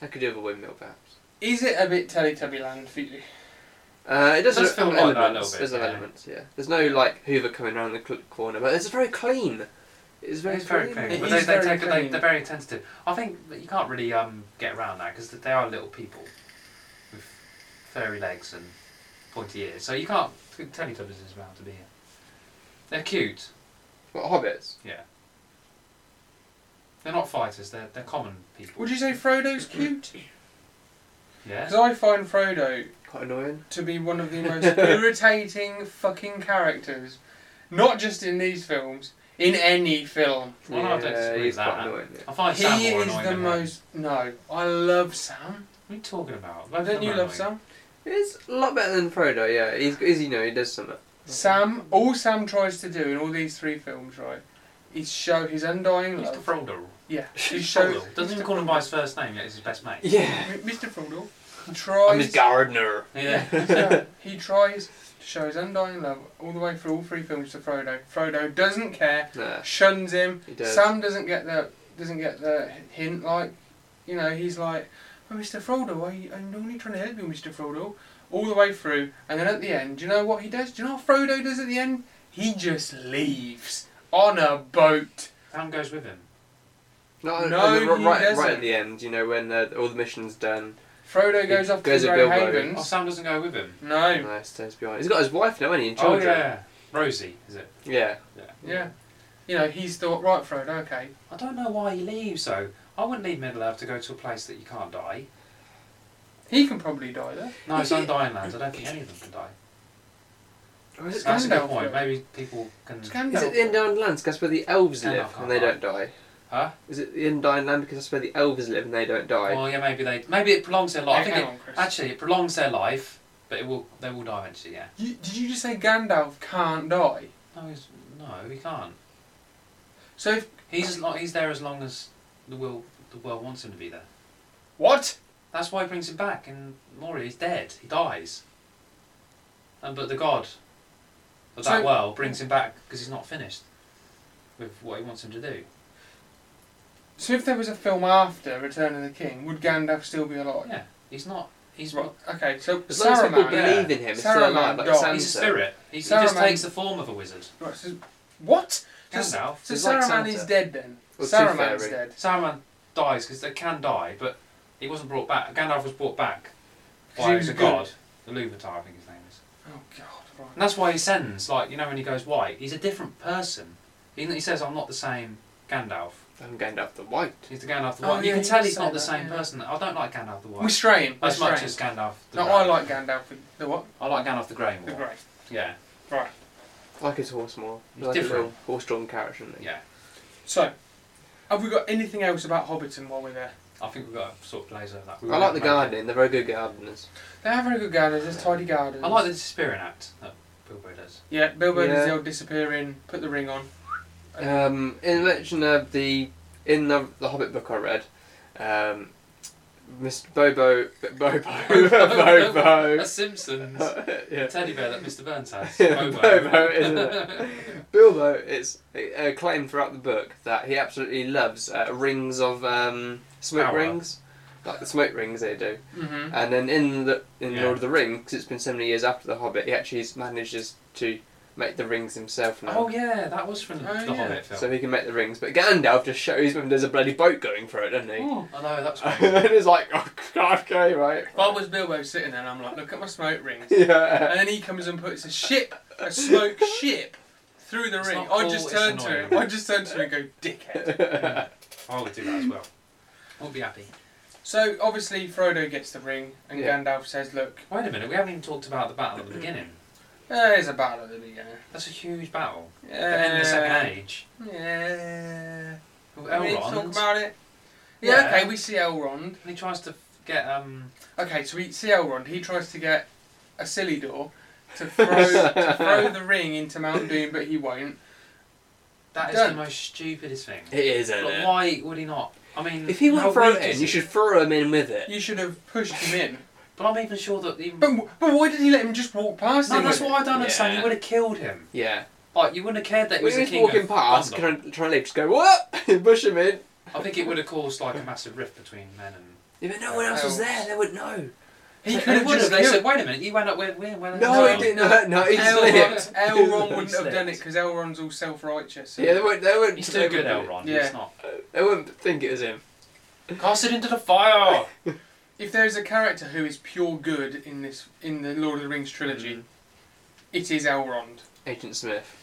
I could do with a windmill perhaps. is it? A bit Teletubby Land for you? Uh, it does does feel have like that a little elements. bit, there's yeah. elements, yeah. There's no like Hoover coming around the cl- corner, but it's very clean. It's very It's very clean. clean, It but they, is they very take, They, clean. they're very tentative. I think that you can't really um, get around that because they are little people with furry legs and pointy ears. So you can't Teletubbies is bound to be here. They're cute. What hobbits? Yeah. They're not fighters. They're they're common people. Would you say Frodo's (laughs) cute? Yeah. Because I find Frodo Quite annoying. to be one of the most (laughs) irritating fucking characters, not just in these films, in any film. Well, I don't disagree with he's that. quite annoying. Yeah. I find he Sam more is annoying the than him. most. No, I love Sam. What are you talking about? Don't you love some? Sam? He's a lot better than Frodo. Yeah, he's, he's you know he does something. Sam. All Sam tries to do in all these three films, right, is show his undying Mr. love. Frodo. yeah, (laughs) he Mr. shows. Frodo. Doesn't even call him by his first name yet. He's his best mate. Yeah. Mr. Frodo I'm tries. his gardener. Yeah. So, (laughs) he tries to show his undying love all the way through all three films to Frodo. Frodo doesn't care, Nah, shuns him. he does. Sam doesn't get the doesn't get the hint. Like, you know, he's like, oh, "Mr. Frodo, I, I'm only trying to help you, Mr. Frodo." All the way through, and then at the end, do you know what he does? Do you know what Frodo does at the end? He just leaves on a boat. Sam goes with him. Not on- No, on the, ro- he right, right doesn't. at the end, you know, when uh, all the mission's done. Frodo He goes off goes to the at Grey Bilbo. Oh, Havens. Sam doesn't go with him. No, No, stays behind. He's got his wife now, hasn't he? And children. Oh yeah. Rosie, is it? Yeah. Yeah. yeah, you know, he's thought, right, Frodo, okay, I don't know why he leaves though. I wouldn't leave Middle Earth to go to a place that you can't die. he can probably die there. No, it's Is it- undying lands. I don't think any of them can die. Or is it That's a Gandalf, good point. though? Maybe people can. It's Is it the Gandalf. Undying Lands? 'Cause That's where the elves Gandalf live can't and they die. don't die. Huh? Is it the Undying Land because that's where the elves live and they don't die? Well, yeah, maybe they. Maybe it prolongs their life. I Hang think it, on, Chris. actually it prolongs their life, but it will. They will die eventually. Yeah. You, did you just say Gandalf can't die? No, he's, no, he can't. So if He's as lo- he's there as long as the world the world wants him to be there. what? That's why he brings him back. And Moria is dead. He dies. And but the god of that So- world brings him back because he's not finished with what he wants him to do. So if there was a film after Return of the King, would Gandalf still be alive? Yeah, he's not. He's Right. Okay. So as long as people Saruman. yeah. believe in him, it's still Saruman alive. Like dies. Sansa. He's a spirit. He, he just Saruman- takes the form of a wizard. Right, so, what? So, so Gandalf. He's like Saruman Santa. is dead then. Or Saruman's Tooth Fairy. dead. Saruman dies because they can die, but he wasn't brought back. Gandalf was brought back 'Cause he by was the good. god, the Luvatar, I think his name is. Oh God. Right. And that's why he sends, like, you know, when he goes white, he's a different person. He, he says, I'm not the same Gandalf. I'm Gandalf the White. He's the Gandalf the Oh, White. you yeah, can he tell does he's say not the that, same yeah. person. I don't like Gandalf the White. We stray him. as we much stray as him. Gandalf the No, Grey. I like Gandalf the, the what? I like Gandalf the Grey The more. Grey. Yeah, Right. Like his horse more. He's like a different. little horse-drawn carriage, isn't he? yeah. So, have we got anything else about Hobbiton while we're there? I think we've got to sort of glaze over that. We I like the won't make it. gardening. They're very good gardeners. They have very good gardens. There's tidy gardens. I like the disappearing act that Bilbo (laughs) does. (laughs) Yeah, Bilbo does Yeah. the old disappearing. Put the ring on. Um, in mention of the in the the Hobbit book I read, um, Mr. Bobo, Bobo, (laughs) Bobo. (laughs) That's Simpsons. yeah. Teddy bear that Mr. Burns has. (laughs) Yeah, Bobo. Bobo, isn't it? Bilbo is uh, claimed throughout the book that he absolutely loves uh, rings of um, smoke Power. rings, like the smoke rings they do. Mm-hmm. And then in the in Yeah. Lord of the Rings, because it's been so many years after the Hobbit, he actually manages to make the rings himself now. (laughs) Oh yeah, that was from the, Oh, the yeah. Hobbit film. So he can make the rings, but Gandalf just shows him there's a bloody boat going for it, doesn't he? Oh, I know (laughs) that's. and it's like, oh, God, okay, right. If I was Bilbo sitting there, and I'm like, look at my smoke rings. (laughs) Yeah. And then he comes and puts a ship, a (laughs) smoke ship, through the It's ring. not I cool, just it's turned to annoying. him. I just turned to him and go, dickhead. I would do that as well. I would be happy. So obviously Frodo gets the ring, and Yeah. Gandalf says, "Look, Wait a minute, we haven't even talked about the battle at the beginning. there's a battle at the beginning. That's a huge battle. Yeah, in the Uh, Second Age. Yeah. With I mean, Elrond. talk about it. Yeah, Yeah. okay, we see Elrond. and he tries to get um. Okay, so we see Elrond. He tries to get a silly door to throw, to throw the ring into Mount Doom, but he won't. That is Done. the most stupidest thing. It is, Like, isn't it? why would he not? I mean, If he how won't throw weak it is in, you he? should throw him in with it. You should have pushed him in. But I'm even sure that even. But, w- but why did he let him just walk past no, him? that's with what I don't understand. Yeah. You would have killed him. Yeah. Like you wouldn't have cared that he When was he the was king. walking of past, Gondor. trying, trying to leave, just go, what? (laughs) Push him in. I think it would have caused like a massive rift between men and. If no one else was there, they would know. it? He They- could they have would just They killed said, "Wait a minute, you went up where? Where? where No, he it didn't hurt. No, he Elrond, slipped. Elrond He wouldn't have done it slipped. because Elrond's all self-righteous. Yeah, they wouldn't. They wouldn't He's they too good, wouldn't- Elrond. Yeah. He's not. They wouldn't think it was him. Cast it into the fire. if there is a character who is pure good in this in the Lord of the Rings trilogy, Mhm. it is Elrond. Agent Smith.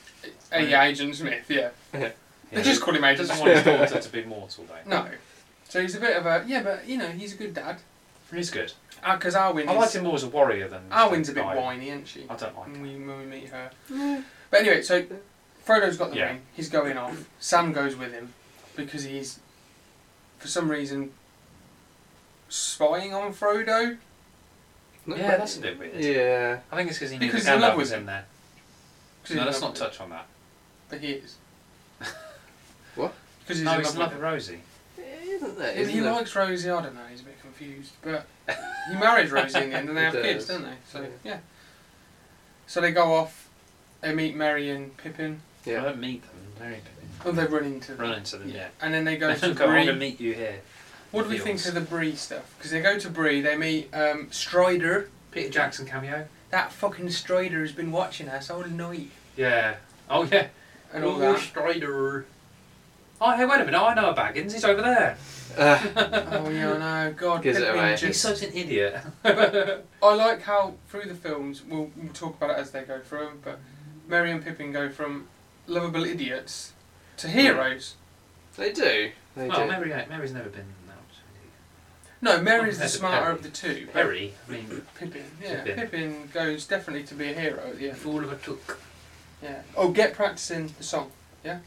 Uh, yeah, Agent Smith. Yeah, Yeah, they just call him he Agent doesn't Smith. want his daughter to be mortal, though. No, so he's a bit of a yeah, but you know he's a good dad. He's good. Because Arwen, I liked is, him more as a warrior than. Arwen's a bit guy. whiny, isn't she? I don't like. When him. we, when we meet her. But anyway, so Frodo's got the Yeah. ring. He's going off. Sam goes with him because he's, for some reason, spying on Frodo. Yeah, that's a bit weird. Yeah. I think it's because he knew Because the he's in love Gandalf was with in there. 'Cause he's No, in love let's not with touch on that. her. But he is. What? Because he's No, in he's in love love with with her. Rosie. Isn't that? If Isn't he that- likes Rosie, I don't know. He's a bit confused, but he marries Rosie in the end, and they He have kids, does. don't they? So Yeah. yeah. So they go off. They meet Merry and Pippin. I Yeah. don't meet them. Very good. Oh, they run into. Run into them. Yeah. And then they go to Go, I'm gonna Bree. meet you here. What do we think Feels. of the Bree stuff? Because they go to Bree, they meet um, Strider. Peter Jackson cameo. That fucking Strider has been watching us all night. Yeah. Oh yeah. And all Ooh, that. Strider. Oh hey, wait a minute! I know a Baggins. He's over there. Uh, (laughs) oh yeah, no, God. Gives it Pippin away. just- He's such an idiot. I like how through the films we'll, we'll talk about it as they go through 'em, but Merry and Pippin go from lovable idiots to heroes. they do. They well, do. Mary, Mary's never been. that much of No, Merry's the That's a smarter Perry. of the two. an idiot. Perry. I mean, Pippin, yeah. Pippin. Pippin goes definitely to be a hero at the end. fool of a took. Yeah. Oh, get practicing the song.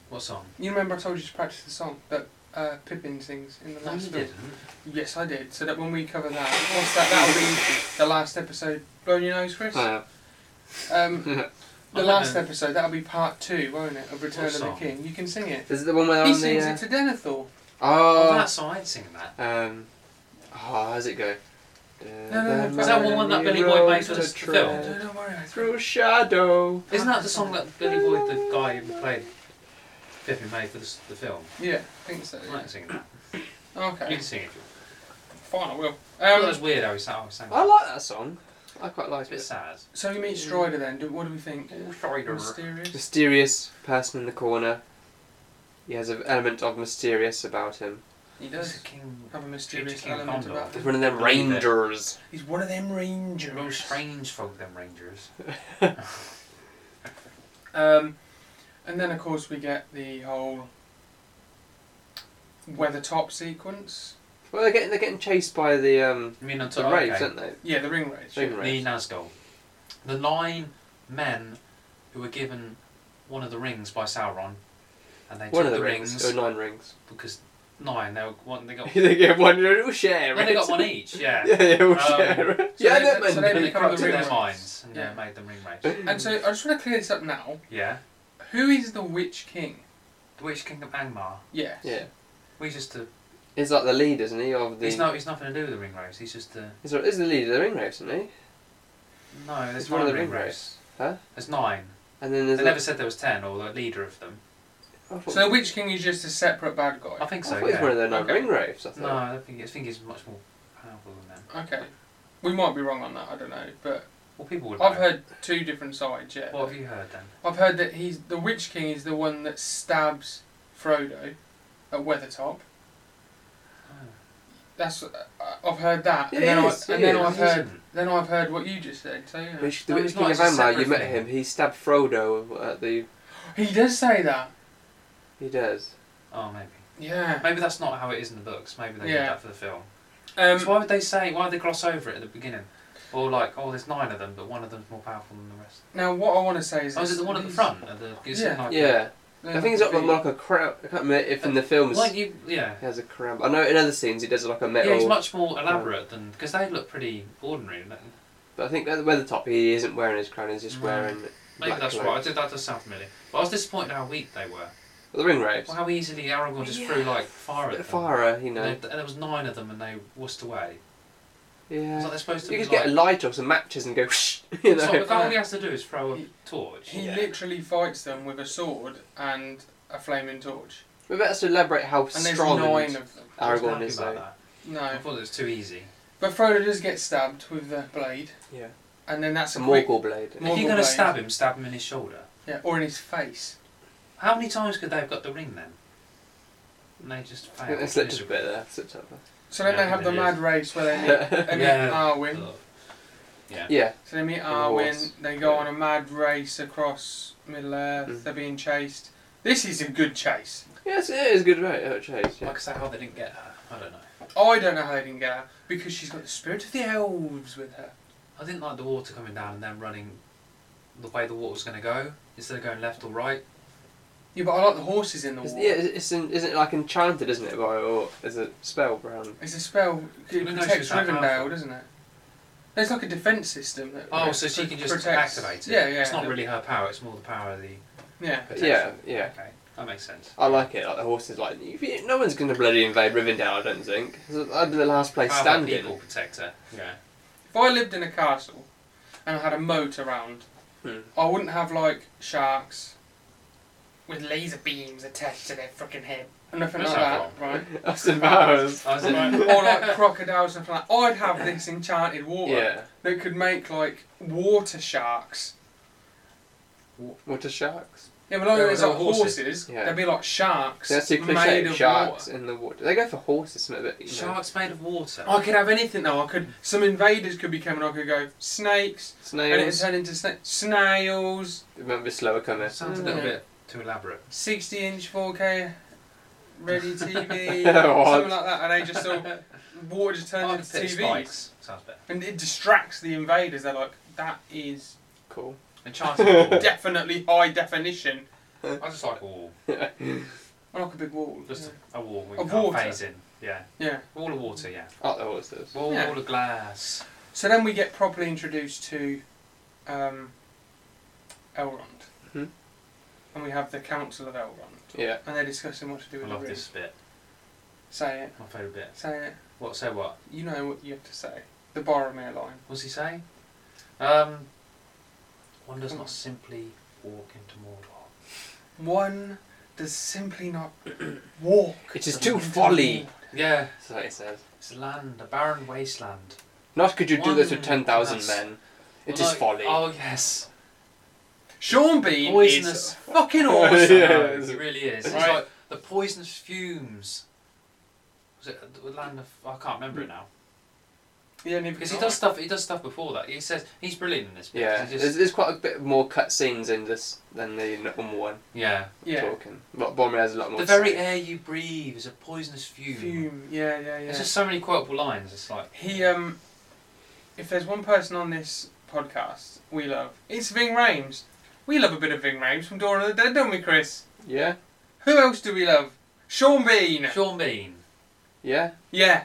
What song? You remember I told you to practice the song that uh, Pippin sings Oh, in the No, last you film? didn't. Yes, I did. So that when we cover that, once that that'll be the last episode. Blown your nose, Chris. Oh, Um, (laughs) yeah. the I last don't know. episode that'll be part two, won't it? Of Return What of the song? King. You can sing it. Is it the one where he on sings the? Uh, it to Denethor. Oh, oh. that song. I'd sing that. Um. Oh, how's it go? no, no, Is that one that Billy Boyd makes for the No, film? don't worry. I threw. Through shadow. Isn't that the song that Billy Boyd, the guy who played Pippin, made for the, s- the film? Yeah, I think so. I like singing that. You Okay, can sing it. if you fine. I will. want. that was Um, weird how he sang. how he sang I that. like that song. I quite It's like a bit it. sad. so you meet Strider then. Do, what do we think? Mysterious. Mysterious person in the corner. He has an element of mysterious about him. He There's a does king. have a mysterious King element Condor. about He's him. one of them Believe it. rangers. He's one of them They're all rangers. strange folk, them rangers. Um, and then, of course, we get the whole weather top sequence. Well, they're getting they're getting chased by the um I mean, on the top raves, okay. aren't they? Yeah, the ring race. Ring yeah. raves. the Nazgul, the nine men who were given one of the rings by Sauron, and they One took of the the rings. oh, or nine rings. because nine they were one they (laughs) got. they get one. We'll share Then they it. got one each, yeah. (laughs) Yeah, yeah, we'll Um, share it. so yeah, they- that so And they they meant- become corrupted the ring their race. minds and yeah. Yeah. made them ring raiders. And so, I just want to clear this up now. Yeah. Who is the Witch King? The Witch King of Angmar. Yes. Yeah. We just to He's like the lead, isn't he? Of the He's not. He's nothing to do with the ring race. He's just the He's, is the lead of the ring race, isn't he? no. There's He's one of the ring, race. Huh? There's nine. And then there's they like- never said there was ten or the leader of them. I thought, So the Witch King is just a separate bad I guy. think I so. thought he's yeah. one of the no Okay. ring raves. I No, thought. I don't think. I think he's much more powerful than them. Okay, we might be wrong on that. I don't know, but Well, people would. I've know. heard two different sides. Yeah, What have you heard then? I've heard that he's the Witch King is the one that stabs Frodo at Weathertop. That's uh, I've heard that, and Yeah, then, he I, is, he and then is. I've He heard isn't. then I've heard what you just said. So yeah. Which the No, Witch he's King not, it's of a Amalur, you separate met thing. him. He stabbed Frodo at the. he does say that. He does. Oh, maybe. Yeah. Maybe that's not how it is in the books. Maybe they Yeah. did that for the film. Um, so why would they say? Why would they gloss over it at the beginning? Or like, oh, there's nine of them, but one of them's more powerful than the rest. now what I want to say is, Oh, is this- it the one at the these- front? At the, is it Yeah. like- Yeah. they're I think he's not up on defeated. like a crab. I can't remember if in the films Like you, yeah. he has a crab. I know in other scenes he does like a metal. Yeah, he's much more elaborate than because they look pretty ordinary. don't they? But I think at the Weathertop he isn't wearing his crown. He's just No. wearing. Mm. Maybe black that's cloak. right. I did that does sound familiar. But I was disappointed how weak they were. The ring raves. Well, how easily Aragorn just threw like fire at them. Farah, you know. And there, there was nine of them, and they wussed away. It's like Yeah. they're supposed to. You be could get a like, light or some matches and go. (laughs) you know. it's like, all he has to do is throw a He- torch. He Yeah. literally fights them with a sword and a flaming torch, We better to elaborate how and there's strong nine of them. I wasn't Aragorn happy is. about Though. that. I No, thought it was too easy. but Frodo does get stabbed with the blade, Yeah. and then that's It's a a quick, Morgul blade. Morgul if you're going to blade. stab him, stab him in his shoulder. yeah, or in his face. How many times could they have got the ring then? And they just I failed. think they slipped just a bit there. Slipped up So then Yeah, they have the it mad is. race where they (laughs) meet, there. they meet Yeah. Arwen. Ugh. Yeah. yeah. So they meet the horse. Arwen. They go on a mad race across Middle Earth. Mm. They're being chased. This is a good chase. Yes, it is good right. Oh, chase. Like Yeah. I say, how they didn't get her. I don't know. Oh, I don't know how they didn't get her because she's got the spirit of the elves with her. I didn't like the water coming down and then running the way the water was going to go instead of going left or right. Yeah, but I like the horses in the It's, water. yeah, it's, it's in, isn't it like enchanted, isn't it? By or is it spell around? It's a spell She it didn't know she protects was that Rivendell, powerful. doesn't it? There's like a defense system that. Oh, that so she pr- can just protects- activate it. Yeah, yeah. It's not the- really her power. It's more the power of the Yeah. protection. Yeah, yeah. Okay, that makes sense. I like it. Like the horses, like if you, no one's gonna bloody invade Rivendell. I don't think. So That'd be the last place Powerful standing. people protect her. Yeah. If I lived in a castle and I had a moat around, (laughs) Hmm. I wouldn't have like sharks with laser beams attached to their freaking head. and Nothing That's like that, not right? I was embarrassed. I was in- Right, (laughs) or like (laughs) crocodiles and stuff like I'd have this enchanted water Yeah. that could make like water sharks. Water sharks. Yeah, but like Yeah, there's well, like horses. horses, Yeah. they'd be like sharks That's too made cliche. of Sharks water. in the water. They go for horses, isn't it? But, you know, Sharks made of water. I could have anything though. I could some invaders could be coming. I could go snakes, and it would snails. turn into sna- snails. Remember slower coming. Mm. Sounds a little bit too elaborate. Sixty-inch 4K ready (laughs) TV, What? something like that, and they just all water just turns Arc into pit TVs, spikes. Sounds better. and it distracts the invaders. They're like, that is Cool. (laughs) Enchanted wall. definitely high definition. I just like a wall. I like a big wall. Just a wall. We Of can't water. phase in. Yeah. yeah. yeah. Wall of water, yeah. Oh, the horses. Wall, Yeah. wall of glass. So then we get properly introduced to um, Elrond, Mm-hmm. Mhm. and we have the Council of Elrond. Yeah. And they're discussing what to do I with love the ring. this bit. Say it. My favourite bit. Say it. What, say what? You know what you have to say. The Boromir line. What's he saying? Um, one does not simply walk into Mordor. One does simply not (clears throat) walk. It is too folly. Yeah. That's what it says. It's land, a barren wasteland. Not could you do this One with ten thousand must- men. It is Well, like- folly. Oh, yes. Sean Bean Poisonous. is fucking I awesome. Yeah. know, it really is. It's Right. like the poisonous fumes. Was it the land of. I can't remember it now. yeah, and Because he does stuff. He does stuff before that. He says he's brilliant in this. bit, 'cause Yeah, he just- there's, there's quite a bit more cut scenes in this than the normal one yeah. Yeah. talking. But Boromir has a lot more. The to very say. air you breathe is a poisonous fume. Fume. Yeah, yeah, yeah. There's just so many quotable lines. It's like He um, if there's one person on this podcast we love, it's Ving Rhames. We love a bit of Ving Rhames from Dawn of the Dead, don't we, Chris? Yeah, Who else do we love? Sean Bean. Sean Bean. yeah. Yeah.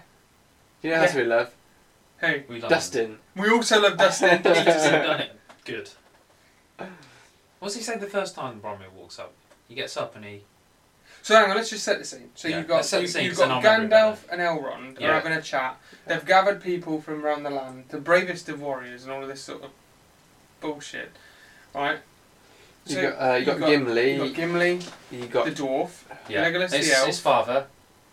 You know how Yeah. to we love Who? We love Dustin. We also love Dustin. him. He (laughs) just ain't done it. Good. What's he say the first time Bromley walks up? He gets up and he. So hang on, let's just set the scene. So Yeah, you've got let's set the you, scene have 'cause then got I'll remember it Gandalf and Elrond Yeah. are having a chat. They've gathered people from around the land, the bravest of warriors, and all of this sort of bullshit, right? You So got, uh, you you've got, got- Gimli. you got Gimli, You the got dwarf, Yeah. Legolas the his, elf. his father,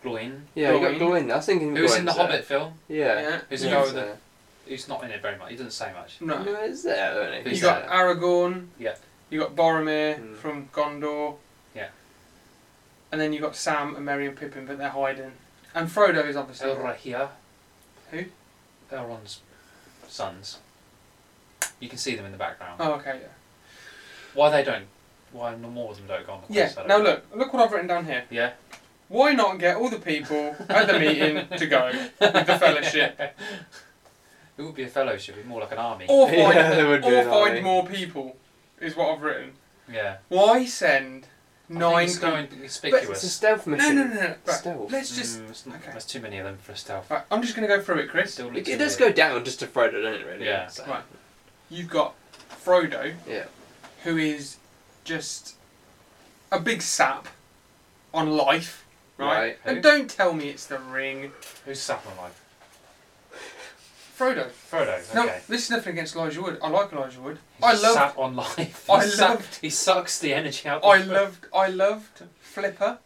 Gloin, yeah. You got Gawain. Gawain. I was thinking. who was in Gawain's the there. Hobbit film. Yeah. yeah. Who's you got, the guy Gawain's with the- there. He's not in it very much. He doesn't say much. no. No, it's there. Isn't it? He's you got there. Aragorn. Yeah. You got Boromir Mm. from Gondor. Yeah. And then you got Sam and Merry and Pippin, but they're hiding. And Frodo is obviously Oh, Elrahia. who? Elrond's sons. You can see them in the background. Oh, okay, yeah. Why they don't? Why no more of them don't go on the Yeah. quest? I don't Now know. look, look what I've written down here. Yeah. Why not get all the people at the meeting to go with the fellowship, (laughs) It would be a fellowship. It'd be more like an army. or find Yeah, there would be or an find army. more people? Is what I've written. Yeah. Why send I think nine? It's people- going It's a conspicuous. stealth No, no, mission. no, no. no. Right, Stealth. Let's just. Mm, it's not- okay. There's too many of them for a stealth. Right, I'm just gonna go through it, Chris. Still It, looks it a does bit- go down just to Frodo, doesn't it? Really. Yeah. So- Right. You've got Frodo, Yeah. who is just a big sap on life, right? Right. And Who? don't tell me it's the ring, Who's Saffron like? Frodo. Frodo. No, Okay. this is nothing against Elijah Wood. I like Elijah Wood. He's I just love sat on life. I (laughs) He suck- loved- He sucks the energy out. I of- loved I loved Flipper,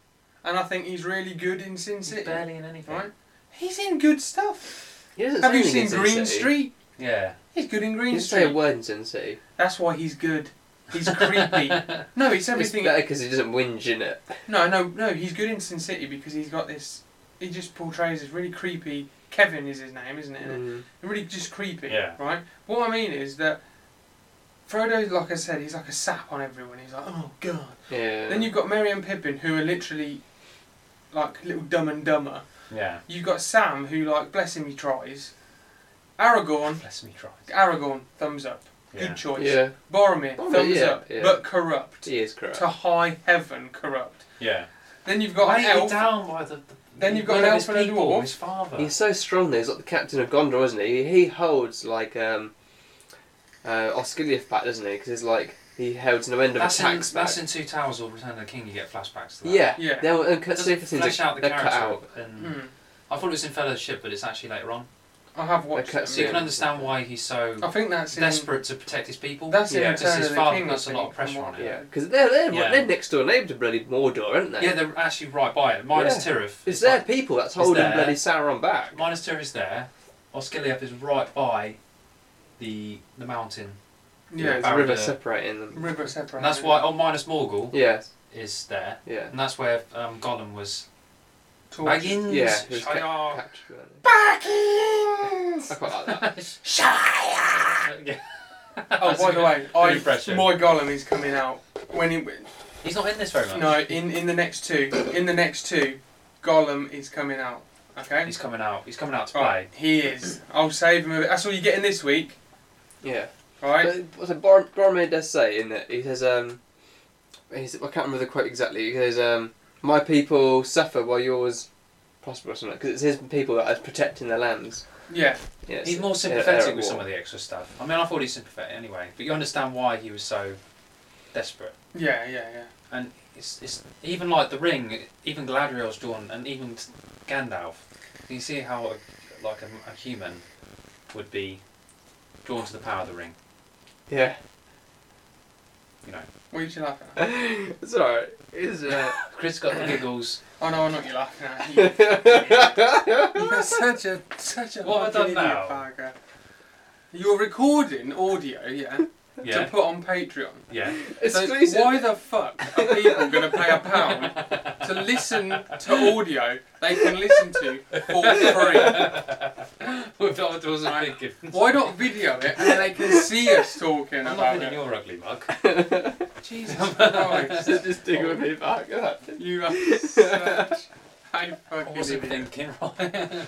and I think he's really good in Sin He's City. barely in anything. Right? He's in good stuff. He doesn't Have say you anything seen in Sin Green City. Street? Yeah. He's good in He Green doesn't say a Street. word in Sin City. That's why he's good. He's (laughs) creepy. No, it's everything. It's better because he doesn't whinge in it. No, no, no. He's good in Sin City because he's got this. He just portrays this really creepy. Kevin is his name, isn't it? Mm. Really just creepy. Yeah. Right. What I mean is that. Frodo, like I said, he's like a sap on everyone. He's like, oh god. Yeah. Then you've got Merry and Pippin, who are literally like little dumb and dumber. Yeah. You've got Sam, who like bless him, he tries. Aragorn, Bless me, Christ. Aragorn, thumbs up, Yeah. good choice. Yeah. Boromir, Boromir, thumbs yeah, up, yeah. but corrupt He is corrupt. to high heaven, corrupt. Yeah. Then you've got an Weighted elf. down by the. the Then you've got will an of elf his and a people, dwarf. His father. He's so strong there. He's like the captain of Gondor, isn't he? He holds like um, uh, Osgiliath back, doesn't he? Because he's like he holds no end of That's in, attacks back. that's in Two Towers or Return of the King. You get flashbacks. To that. yeah. Yeah. They'll and It cut doesn't super things. flesh They're out the cut character. out. And Hmm. I thought it was in Fellowship, but it's actually later on. I have They watched. cut them, So you can yeah. scenes. understand why he's so I think that's in, desperate to protect his people. That's in Yeah. Return Because his of the father King. I puts a think, lot of pressure from on what- it. Yeah. Because they're they're, Yeah. they're next door neighbour to bloody Mordor, aren't they? yeah, they're actually right by it. Minus Yeah. Tirith. It's there? their people that's holding there. bloody Sauron back. Minus Tirith is there. Osgiliath is right by the the mountain. Yeah. There's a Barad-dûr. river separating them. River separate. And that's why, oh, minus Morgul Yes. is there. Yeah. And that's where um, Gollum was. Torture. Baggins! Oh, Yeah, he was Shire. ca- captured, weren't he? I quite like (laughs) that. (laughs) Yeah. Oh, That's by a the good- way, good I, impression. my golem is coming out when he He's not in this very much. No, in, in the next two, in the next two, Gollum is coming out. Okay. He's coming out. He's coming out to play. Right, he is. I'll save him. a bit. That's all you're getting this week, Yeah. right? But, so Bor- Boromir does say in that he says, um, he said, I can't remember the quote exactly. He says, um, "My people suffer while yours prosper," or something. Because it's his people that are protecting their lands. Yeah. Yeah, it's- He's more they're- they're sympathetic at with war. some of the extra stuff. I mean, I thought he's sympathetic anyway, but you understand why he was so desperate. Yeah, yeah, yeah. And it's, it's even like the ring, even Gladriel's drawn, and even t- Gandalf. You see how a, like a, a human would be drawn to the power of the ring. Yeah, (laughs) You know, What are you laughing at? it's alright. It's uh, Chris got (coughs) the giggles. Oh no, I'm not you laughing at. You, yeah, you're such a such a. What have I done fucking idiot, now? Parker. You're recording audio, yeah, to (laughs) Yeah, put on Patreon. yeah. exclusive. (laughs) So why the fuck are people going to pay a pound to listen to audio they can listen to for Without there was a big free? gift. Why not video it and they can see us talking I'm not about in it? your ugly mug. (laughs) Jesus Christ. (laughs) just dig with me back. (laughs) That. You are such a I fucking wasn't idiot. thinking right.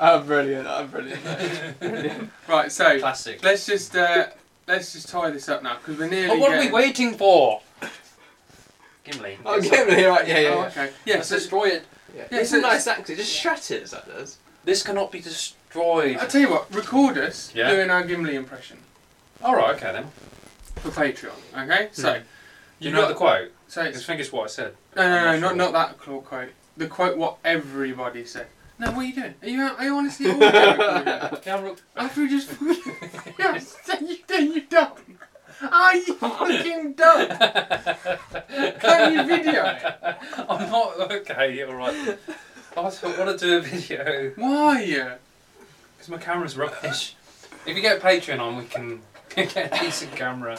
I'm brilliant. I'm brilliant. (laughs) Right, so Classic. let's just uh, let's just tie this up now because we're nearly. But Oh, what are we getting- waiting for? Gimli. Oh, Gimli, right? Yeah, yeah. Oh, yeah. okay. Yeah, Let's so destroy it. yeah. Yeah, it's so a it's- nice axe. It just shatters. That does. (laughs) This cannot be destroyed. I tell you what, record us Yeah. doing our Gimli impression All right, okay then. for Patreon. Okay, so you know the quote? So I it's, think it's what I said. no, no, no, I'm not, sure. not that cl- quote. The quote what everybody said. No, what are you (laughs) doing? Are you, are you honestly all doing (laughs) Yeah, I'm look- After you just (laughs) yes, you do, you don't. Are you fucking done? Can you video it? (laughs) I'm not okay. All right. I want to do a video Why? because my camera's rubbish. If you get Patreon on, we can (laughs) get a decent camera.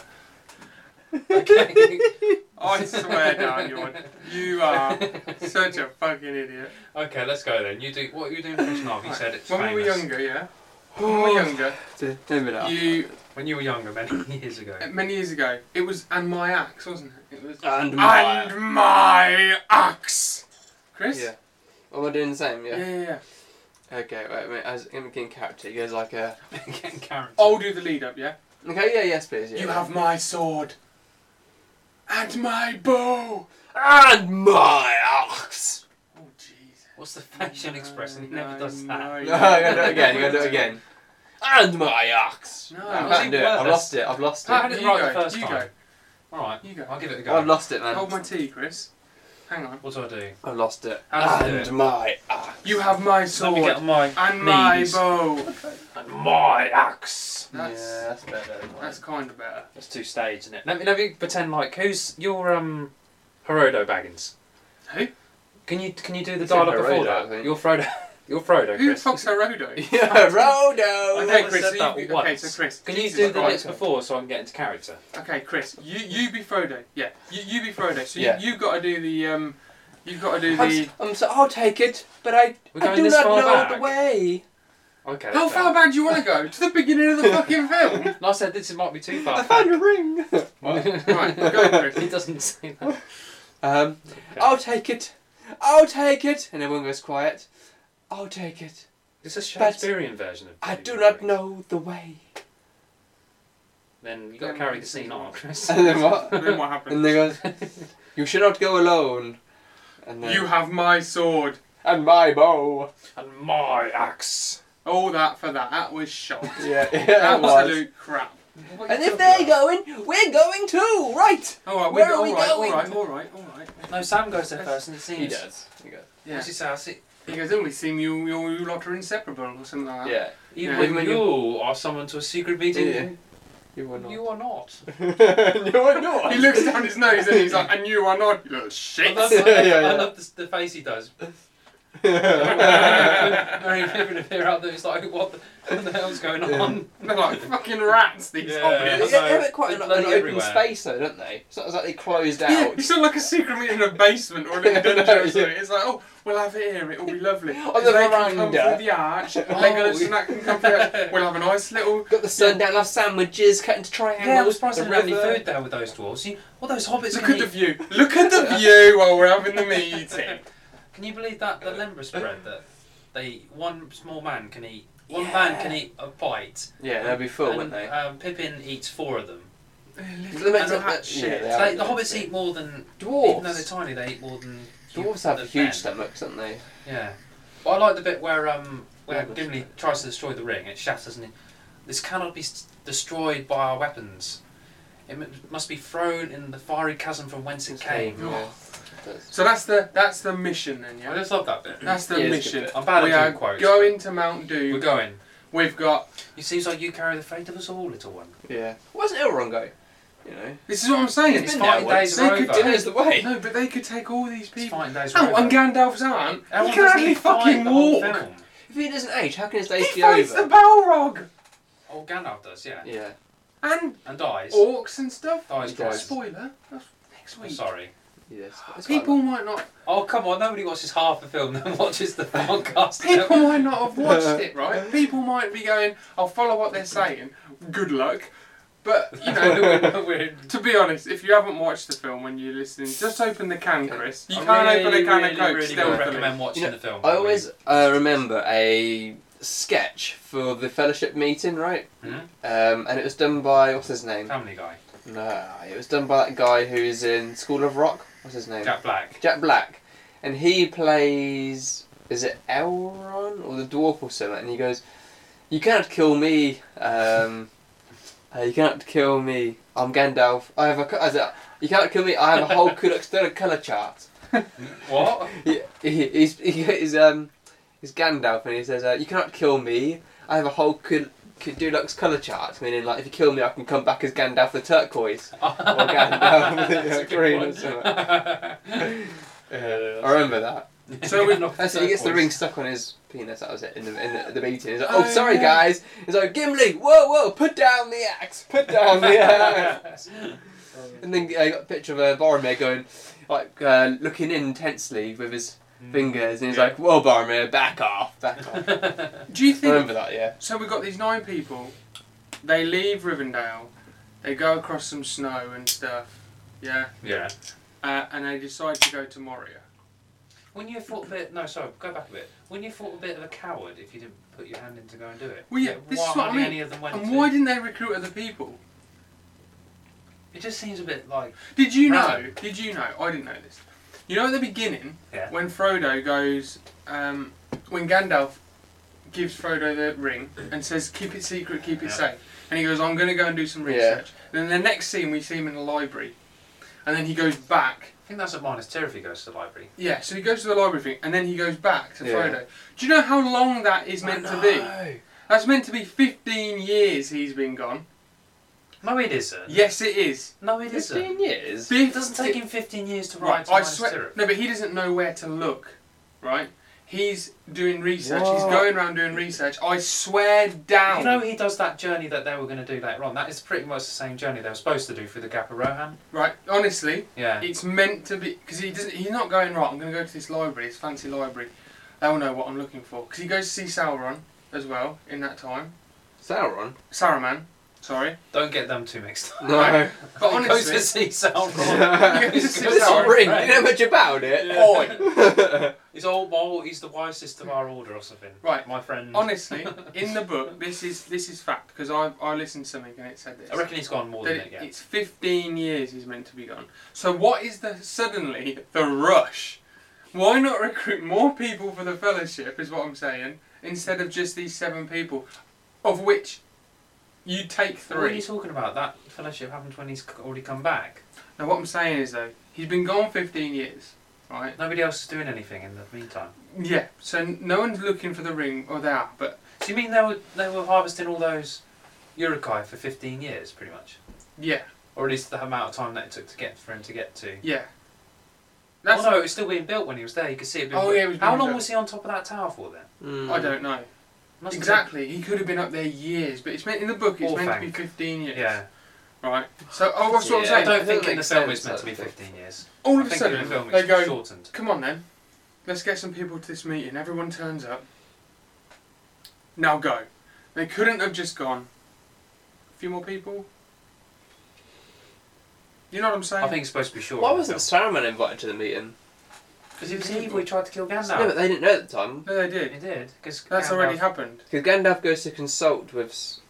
Okay. (laughs) I swear down you are. You are such a fucking idiot. Okay, let's go then. You do what are you doing first now? You Right, said it's when we famous. Oh, were younger, yeah. When we were younger, Don't be that. you When you were younger, many (laughs) years ago. many years ago, it was and my axe, wasn't it? It was And my. and my axe. Chris. Yeah. Am I doing the same? Yeah, Yeah. yeah, yeah. Okay, wait a minute. As in in character, he goes like a. Again, character. I'll do the lead up, yeah? Okay, yeah, yes, please. Yeah, You yeah. have my sword. And my bow. And my axe! Oh, Jesus. What's the facial expression? He No, never does no, that. (laughs) No, you gotta do it again, you gotta do it again. And my axe! No, I was can't it do it, I've worse? lost it, I've lost How it. did it You right go, the first you time? All right, You go. I'll give it a go. I've lost it, man. Hold my tea, Chris. Hang on. What do I do? I've lost it. How did it and do my ah. axe! You have my Let me sword. get on my And my knees. bow. And my axe. That's, yeah, that's better. than mine. (laughs) that's kind of better. That's two stage, isn't it? Let me let me pretend like who's your um, Herodo Baggins? Who? Can you can you do the You said dialogue Herodo, before I that? think. You're Frodo. (laughs) You're Who Frodo, the Chris. fuck's (laughs) Herodo? Yeah, Okay, Rodo! Chris, said that you, okay, once. so Chris. Can you Jesus do the Christ. bits before so I can get into character? Okay, Chris, you you be Frodo. Yeah, you, you be Frodo. So Yeah. you you got to do the um, you've got to do I'm, the. s- I'm so, I'll take it, but I, We're I going do this not far know back? the way. Okay. How that's far back do you want to go? to the beginning of (laughs) the fucking film. No, I said this might be too far. I found a ring. (laughs) right, go on, (laughs) he Chris. doesn't (laughs) say that. um, I'll take it. I'll take it. And everyone goes quiet. I'll take it. It's a Shakespearean version of. I Lady do Macbeth. not know the way. Then you got to carry the scene on, (laughs) Chris. (laughs) And then what? Then what happens? and they (laughs) goes, you should not go alone. And then, You have my sword. and my bow. and my axe. All that for that. That was shot. (laughs) Yeah, yeah, it was. Absolute crap. And if they're going, we're going too, right? All right, Where we're, are we all right, going? All right, all right, all right. No, Sam goes there first, and it seems. He does. Yeah. What's he say? I see. He goes, oh, we seem you, you, you lot are inseparable or something like that. Yeah. Even Yeah. when you are someone to a secret meeting, Yeah. You were not. you are not. (laughs) you were not. He looks (laughs) down his nose and he's like, and you are not, you little I shit. love, Yeah, I love, yeah, yeah. I love the, the face he (laughs) does. yeah, Very vivid appear out there. It's like, what the, what the hell's going Yeah. on? They're like fucking rats, these Yeah. hobbits. they So, have quite a lot bloody of open everywhere. space though, don't they? It's not exactly closed out. Yeah, it's not like a secret meeting in a basement or (laughs) in a dungeon No, or something. yeah. It's like, oh, we'll have it here, it'll be lovely. On the they can come veranda. through the arch, Oh. Legolas and that can come through. (laughs) the- We'll have a nice little... Got the sun down, have sandwiches cut into triangles. Yeah, I was surprised the they didn't have river. any food there with those dwarves. You, what those hobbits Look can at eat? the view. Look at the view while we're having the meeting. (laughs) Can you believe that the Lembris bread that they one small man can eat? One man can eat a bite. Yeah, they'd be full, and, wouldn't they? Um, Pippin eats four of them. They make and that- the- that- yeah, shit. they So are, they, the yeah. hobbits eat more than Even though they're Dwarfs. tiny, they eat more than Dwarfs than have men. huge stomachs, don't they? Yeah, but I like the bit where um where Lembris. Gimli tries to destroy the ring. It shatters and it, this cannot be s- destroyed by our weapons. It mu- must be thrown in the fiery chasm from whence it came. Yeah. So that's the that's the mission then, I yeah. just love that bit. That's the Yeah, it's mission. good. I'm bad we at are doing quotes. going to Mount Doom. We're going. We've got. It seems like you carry the fate of us all, little one. Yeah. Where's Elrond go? You know. This is what I'm saying. It's It's been fine. fighting there once. days They are could over. do- There's the way. No, but they could take all these It's people. fighting days are Oh, and over. Gandalf's aunt. Elrond he can doesn't hardly fight fucking the whole walk. film. If he doesn't age, how can his He days be fights over? the Balrog Oh, Gandalf does, yeah. yeah. and And dies. orcs and stuff. dies He twice. Spoiler. That's next I'm week. sorry. Yes. That's fine. People might not. Oh, come on, nobody watches half the film (laughs) then watches the podcast. (laughs) People might not have watched it, right? People might be going, "I'll follow what they're saying." Good luck, but you (laughs) know. We're- To be honest, if you haven't watched the film when you're listening, just open the can, Chris. You I can't really, open a can really, of Coke really still. would stealthily. recommend watching You know, the film. I always uh, remember a sketch for the fellowship meeting, right? Mhm. Um, and it was done by what's his name? Family Guy, No, it was done by that guy who's in School of Rock. What's his name? (laughs) Jack Black. Jack Black, and he plays is it Elron or the dwarf or something? And he goes, "You cannot kill me." Um, Uh, you cannot kill me. I'm Gandalf. I have a. co- As a you cannot kill me. I have a whole cool external color chart. What? He, he, he's, he, he's um he's Gandalf and he says uh, you cannot kill me. I have a whole cool. Dulux colour chart, meaning like if you kill me, I can come back as Gandalf the (laughs) turquoise or (laughs) Gandalf the green or (laughs) something. I remember that. (laughs) So we- That's it. He gets the ring stuck on his penis. That was it. In the in the, the meeting, he's like, "Oh, Oh, sorry, yeah. guys." He's like, "Gimli, whoa, whoa, put down the axe, put down (laughs) the axe." (laughs) and then I got a picture of uh, Boromir going, like uh, looking intensely with his fingers, and he's Yeah. like, "Whoa, Boromir, back off, back (laughs) off." I Do you think remember that, yeah. So we've got these nine people. They leave Rivendell. They go across some snow and stuff. Yeah. (laughs) Yeah. Uh, and they decide to go to Moria. When you thought a bit, no, sorry, go back a bit. When you thought a bit of a coward if you didn't put your hand in to go and do it. Well, yeah, this is why what I hardly mean. Any of them went And to? why didn't they recruit other people? It just seems a bit like Did you know? Right. Did you know? I didn't know this. You know, at the beginning, Yeah. when Frodo goes, um, when Gandalf gives Frodo the ring and says, "Keep it secret, keep it Yeah. safe," and he goes, "I'm going to go and do some Yeah. research." Then the next scene, we see him in the library, and then he goes back I think that's at minus two if he goes to the library. Yeah, so he goes to the library thing, and then he goes back to Yeah. Frodo. Do you know how long that is meant to be? That's meant to be 15 years he's been gone. No, it isn't. Yes, it is. No, it isn't. Fifteen years. It doesn't take him 15 years to ride Right, to I minus swear. No, but he doesn't know where to look, right? He's doing research. He's What? going around doing research. I swear down. You know he does that journey that they were going to do later on. That is pretty much the same journey they were supposed to do through the Gap of Rohan. right, honestly, Yeah. it's meant to be because he doesn't. He's not going right. I'm going to go to this library, this fancy library. They'll know what I'm looking for because he goes to see Sauron as well in that time. (laughs) Sauron. Saruman, (laughs) sorry. Don't get them too mixed up. (laughs) No. But He goes (laughs) to honestly, see Sauron. this This is Sauron, ring. right? You know much about it. Yeah. Oi. He's old mole. He's the wisest of our order or something. Right. My friend. Honestly, in the book, this is this is fact because I I listened to something and it said this. I reckon he's gone more that than it- it gets. it's 15 years he's meant to be gone. So what is the suddenly the rush? Why not recruit more people for the fellowship? Is what I'm saying instead of just these seven people, of which you take What are you three. talking about? That fellowship happened when he's c- already come back. Now what I'm saying is though he's been gone 15 years, right? Nobody else is doing anything in the meantime. Yeah. So no one's looking for the ring, or they are, but Do you mean they were they were harvesting all those urukai for 15 years, pretty much, yeah, or at least the amount of time that it took to get for him to get to? yeah. That's That's oh no, it was still being built when he was there. You could see it. Being Oh, built. yeah, it was How being long built. was he on top of that tower for then? Mm. I don't know. Must have Exactly, he could have been up there years, but it's meant in the book. It's Or meant to be thank. fifteen been- years. Yeah. Right. So oh, that's what Yeah. I I'm saying. don't it think doesn't in the film make sense, it's meant to I be don't 15 years. All I of a think in the sudden, film they it's go, shortened. "Come on then, let's get some people to this meeting." Everyone turns up. Now go. They couldn't have just gone. A few more people. You know what I'm saying? I think it's supposed to be short. Why wasn't Saruman invited to the meeting? Because he was evil. He tried to kill Gandalf. No, but they didn't know at the time. no, they He did. did. Because That's already happened, Because Gandalf goes to consult with S-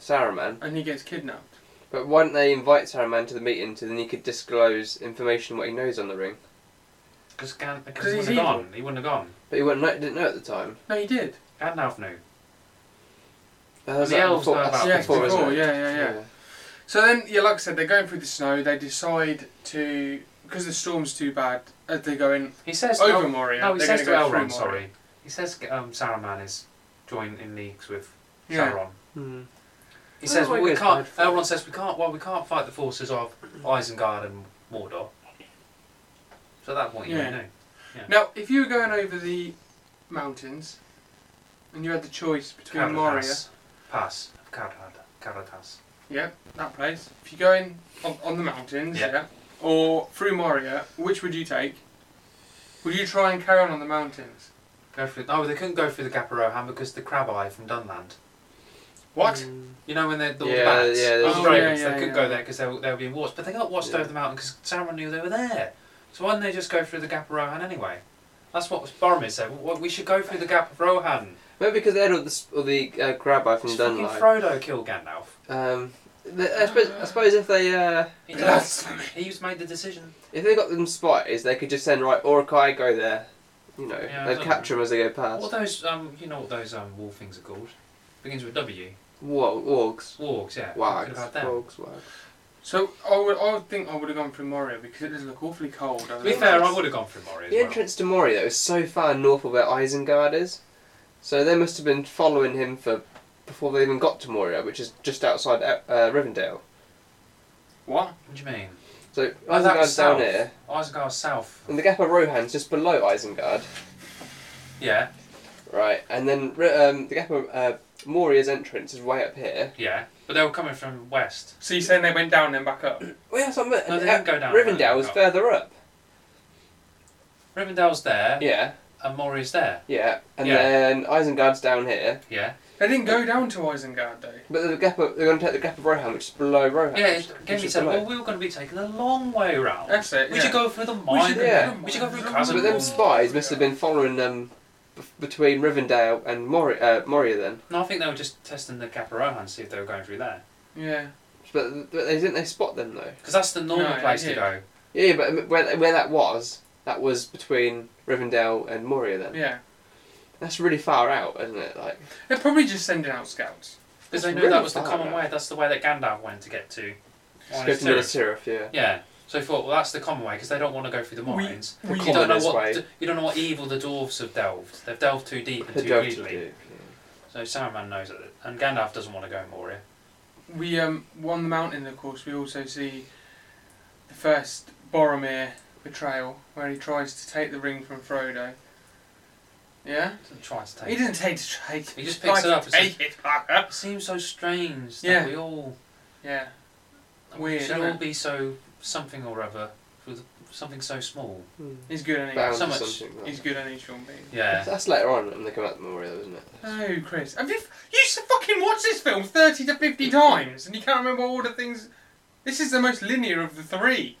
Saruman. and he gets kidnapped. But why don't they invite Saruman to the meeting so then he could disclose information what he knows on the ring? Because Gan- because 'Cause he he's wouldn't have evil. gone. He wouldn't have gone. But he wouldn't know, didn't know at the time. No, he did. Gandalf knew. That was The like elves before, know that's about yeah, before, before, isn't it? yeah, yeah, yeah. So then, yeah, like I said, they're going through the snow. They decide to because the storm's too bad. As they go in He says over no, Moria, no, he they're says going to go through Moria. Elrond. Sorry, he says um, Saruman is joined in leagues with Yeah. Sauron. Mm. He I says Oh don't know well, why we he goes can't. bad for Elrond says we can't. Well, we can't fight the forces of Isengard and Mordor. So at that point, you Yeah. yeah. know. Now, if you were going over the mountains and you had the choice between Moria, Caratas. Pass. Carad. Caratas. yeah, that place. If you're going on, on the mountains, yeah. Yeah. or through Moria, which would you take? Would you try and carry on on the mountains? Go through. No, they couldn't go through the Gap of Rohan because the Crab Eye from Dunland. What? Hmm. You know when they're the, all Yeah, the bats, yeah, all there's- the Oh, ravens, Mm. yeah, they yeah, couldn't yeah. go there because they were, they were being watched. But they got watched Yeah. over the mountain because Sauron knew they were there. So why didn't they just go through the Gap of Rohan anyway? That's what Boromir said. "Well, We should go through the Gap of Rohan. Maybe because they had all the, s- all the uh, grab I from Just fucking Dunlop. Frodo killed (laughs) Gandalf. um, the- I, suppose, I suppose if they uh, He, does. he just made the decision. if they got them spies, they could just send right Orakai go there. You know, Yeah, I they'd don't capture them as they go past. What are those um, you know what those um, wall things are called? Begins with W. Wa- Wargs. Wargs, yeah. Wags. About them. Wargs, wags. So I would, I would think I would have gone for Moria because it does look awfully cold. To be fair, I would have gone for Mori as The well. entrance to Mori, though, is so far north of where Isengard is, so they must have been following him for before they even got to Moria, which is just outside uh, Rivendell. What? What do you mean? So Oh, that was Isengard's down south. here, Isengard's south. and the Gap of Rohan's just below Isengard, Yeah, right? And then Ri- um, the Gap of uh, Moria's entrance is way up here. yeah. But they were coming from west. So you're saying they went down then back up? Well, yeah, so I'm, No, they uh, didn't go down Rivendell is Rivendell. further up. Rivendell's there, Yeah, and Mori's there. yeah, and Yeah. then Isengard's down here. Yeah. They didn't go down to Isengard though. But the gap of, they're going to take the gap of Rohan, which is below Rohan. Yeah, which it gave me is said, below. well, we were going to be taking the long way round. That's it. we yeah. should go through the mine. go- yeah. We should go through Chasm But them spies must have been following them b- between Rivendell and Mori- uh, Moria then. No, I think they were just testing the Caparohan to see if they were going through there. Yeah. But, but they didn't they spot them though? Because that's the normal No, yeah, place yeah. to go. Yeah, but um, where, where that was, that was between Rivendell and Moria then. Yeah. That's really far out, isn't it? Like, They're probably just sending out scouts. Because they It's knew really that was the far, common though. way. That's the way that Gandalf went to get to. Minas just go to Tirith. Minas Tirith, yeah. Yeah. So he thought, well, that's the common way because they don't want to go through the We- mines. we- you don't know Commonest what way. d- you don't know what evil the dwarves have delved. They've delved too deep and To too go to greedily. do, yeah. So Saruman knows it, and Gandalf doesn't want to go in Moria. We um on the mountain, of course. We also see the first Boromir betrayal, where he tries to take the ring from Frodo. Yeah. Doesn't try to take. He doesn't take to take. He just picks it up and says- Take it, fucker. It seems so strange that Yeah. we all Yeah. we Weird, should isn't all it? be so something or other with something so small. Hmm. He's good on Bound each. So to much- something like He's that. good on each one, being. Yeah. That's later on when they come out to Moria, though, isn't it? Oh, Chris, have you f- you used to fucking watch this film thirty to fifty times, and you can't remember all the things. This is the most linear of the three.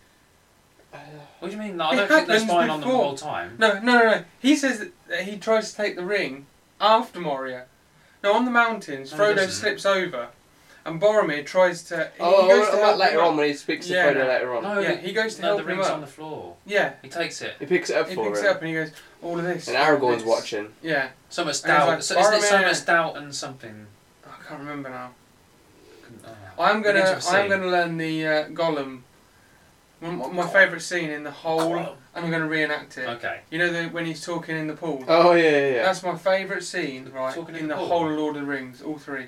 uh, What do you mean? I It don't think they're happens spying on them the before. whole time. No, no, no, no. He says that he tries to take the ring after Moria. No, on the mountains, No, he Frodo doesn't. slips over, and Boromir tries to. He Oh, goes to about help later him on up. when he speaks to Yeah, Frodo no. later on. No, Yeah, he goes to no, help the him ring's up. on the floor. Yeah, He takes it. He picks it up he for picks him. it up and he goes, "All of this." And all of Aragorn's this." watching. Yeah, So much And he's doubt. like, so, isn't it so "Barman." much doubt and something? I can't remember now. Oh. I'm The nature gonna, of I'm scene. gonna learn the uh, Gollum. My, my favourite scene in the whole, and Gollum. I'm gonna reenact it. Okay. You know the, when he's talking in the pool? Oh yeah, yeah, yeah. That's my favourite scene, right, Talking in in the the, pool? whole Lord of the Rings, all three.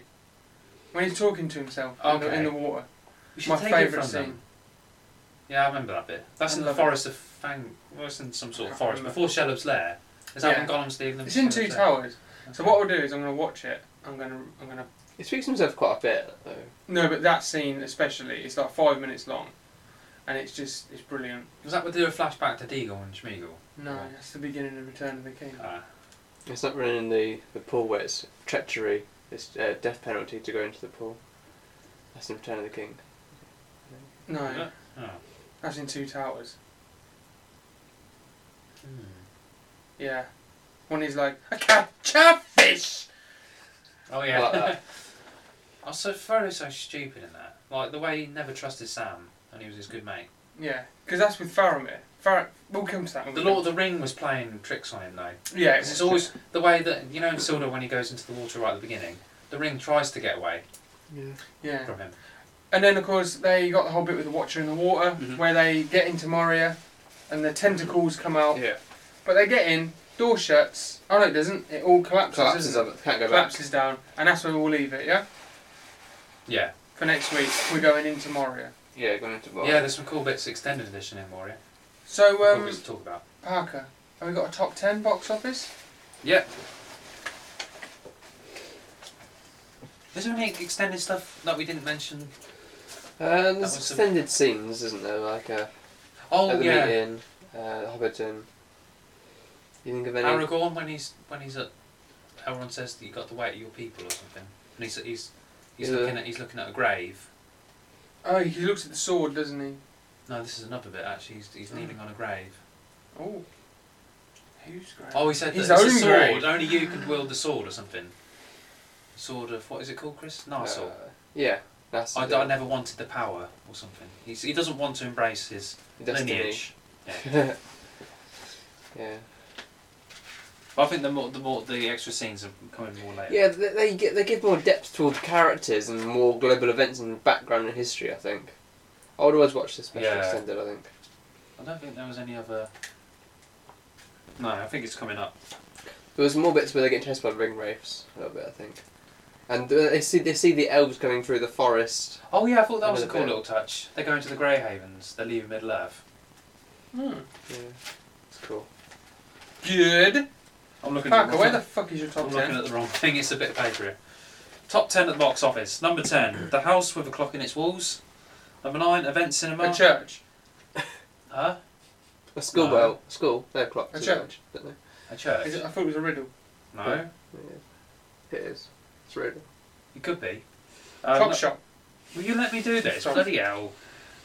When he's talking to himself in, the, Okay. in the water. We should My take it favourite from them. scene. Yeah, I remember that bit. That's I in the love it. forest of Fang. Well, it's in some sort of Can't forest remember. before Shellop's lair. Is that Yeah. when Gollum's leaving them? It's in Two Shellop's lair? Towers. So Okay. what I'll do is I'm gonna watch it. I'm gonna, I'm gonna. He speaks to himself quite a bit though. No, but that scene especially, it's like five minutes long, and it's just, it's brilliant. was that? Would do a flashback to Deagle and Schmeagle. No, Right. that's the beginning of Return of the King. Ah. It's not running the the pool where it's treachery. It's uh, death penalty to go into the pool. That's in Return of the King. No, Is it? oh. that's in Two Towers. Hmm. Yeah, when he's like, I catch a fish. oh yeah. (laughs) (laughs) Like that. I was so Frodo's so stupid in that. Like the way he never trusted Sam and he was his good mate. Yeah, because that's with Faramir. Far- we'll come to that. when The we Lord of the Ring was playing tricks on him though. come- Yeah, Because it's always the way that you know in Sildur when he goes into the water right at the beginning, the ring tries to get away Yeah. yeah. from him. And then, of course, they got the whole bit with the Watcher in the water, Mhm. where they get into Moria, and the tentacles come out. Yeah. But they get in, door shuts. Oh no, it doesn't. It all collapses. Collapses doesn't of it. Can't it? go back. collapses down, and that's where we'll leave it. Yeah, Yeah. for next week we're going into Moria. Yeah, going into bar. Yeah, there's some cool bits extended edition in Warrior. So, Um, um, we should talk about. Parker, have we got a top ten box office? Yeah. Is there any extended stuff that we didn't mention? Uh, was there's some- extended scenes, isn't there? Like uh, Oh at the yeah, meeting, uh, Hobbiton. You think of any? Aragorn when he's when he's at Elrond says that you got to wait at your people or something, and he's he's he's Yeah. looking at he's looking at a grave. Oh, he looks at the sword, doesn't he? No, this is another bit actually. He's, he's kneeling on a grave. Oh, who's great? Oh, he said that His it's a own sword. grave. Only you could wield the sword or something. Sword of what is it called, Chris? Uh, Narsil. yeah. That's I, the- I never wanted the power or something. He's, he doesn't want to embrace his Destiny. lineage. yeah. But I think the more the more the extra scenes have come in more later. Yeah, they, they gi- they give more depth to all the characters and more global events and background and history. I think. I would always watch the special Yeah. extended. I think. I don't think there was any other. No, I think it's coming up. There was more bits where they get chased by ring wraiths a little bit. I think. And uh, they see they see the elves coming through the forest. Oh yeah, I thought that was a Another cool bit. little touch. They're going to the Grey Havens. They're leaving Middle Earth. Hmm. Yeah, it's cool. Good. I'm looking. at Parker, the where the wrong, fuck is your top I'm looking ten? at the wrong thing. It's a bit of paper here. Top ten at the box office. Number ten, The House with a Clock in Its Walls. Number nine, Event Cinema. A church. huh? A school No. bell, school, no clock. A is church. it? Don't A church. Is it, I thought it was a riddle. No, they? It is. It's really. it could be. Um, Clock Uh, no- shop. Will you let me do this? Sorry. Bloody hell.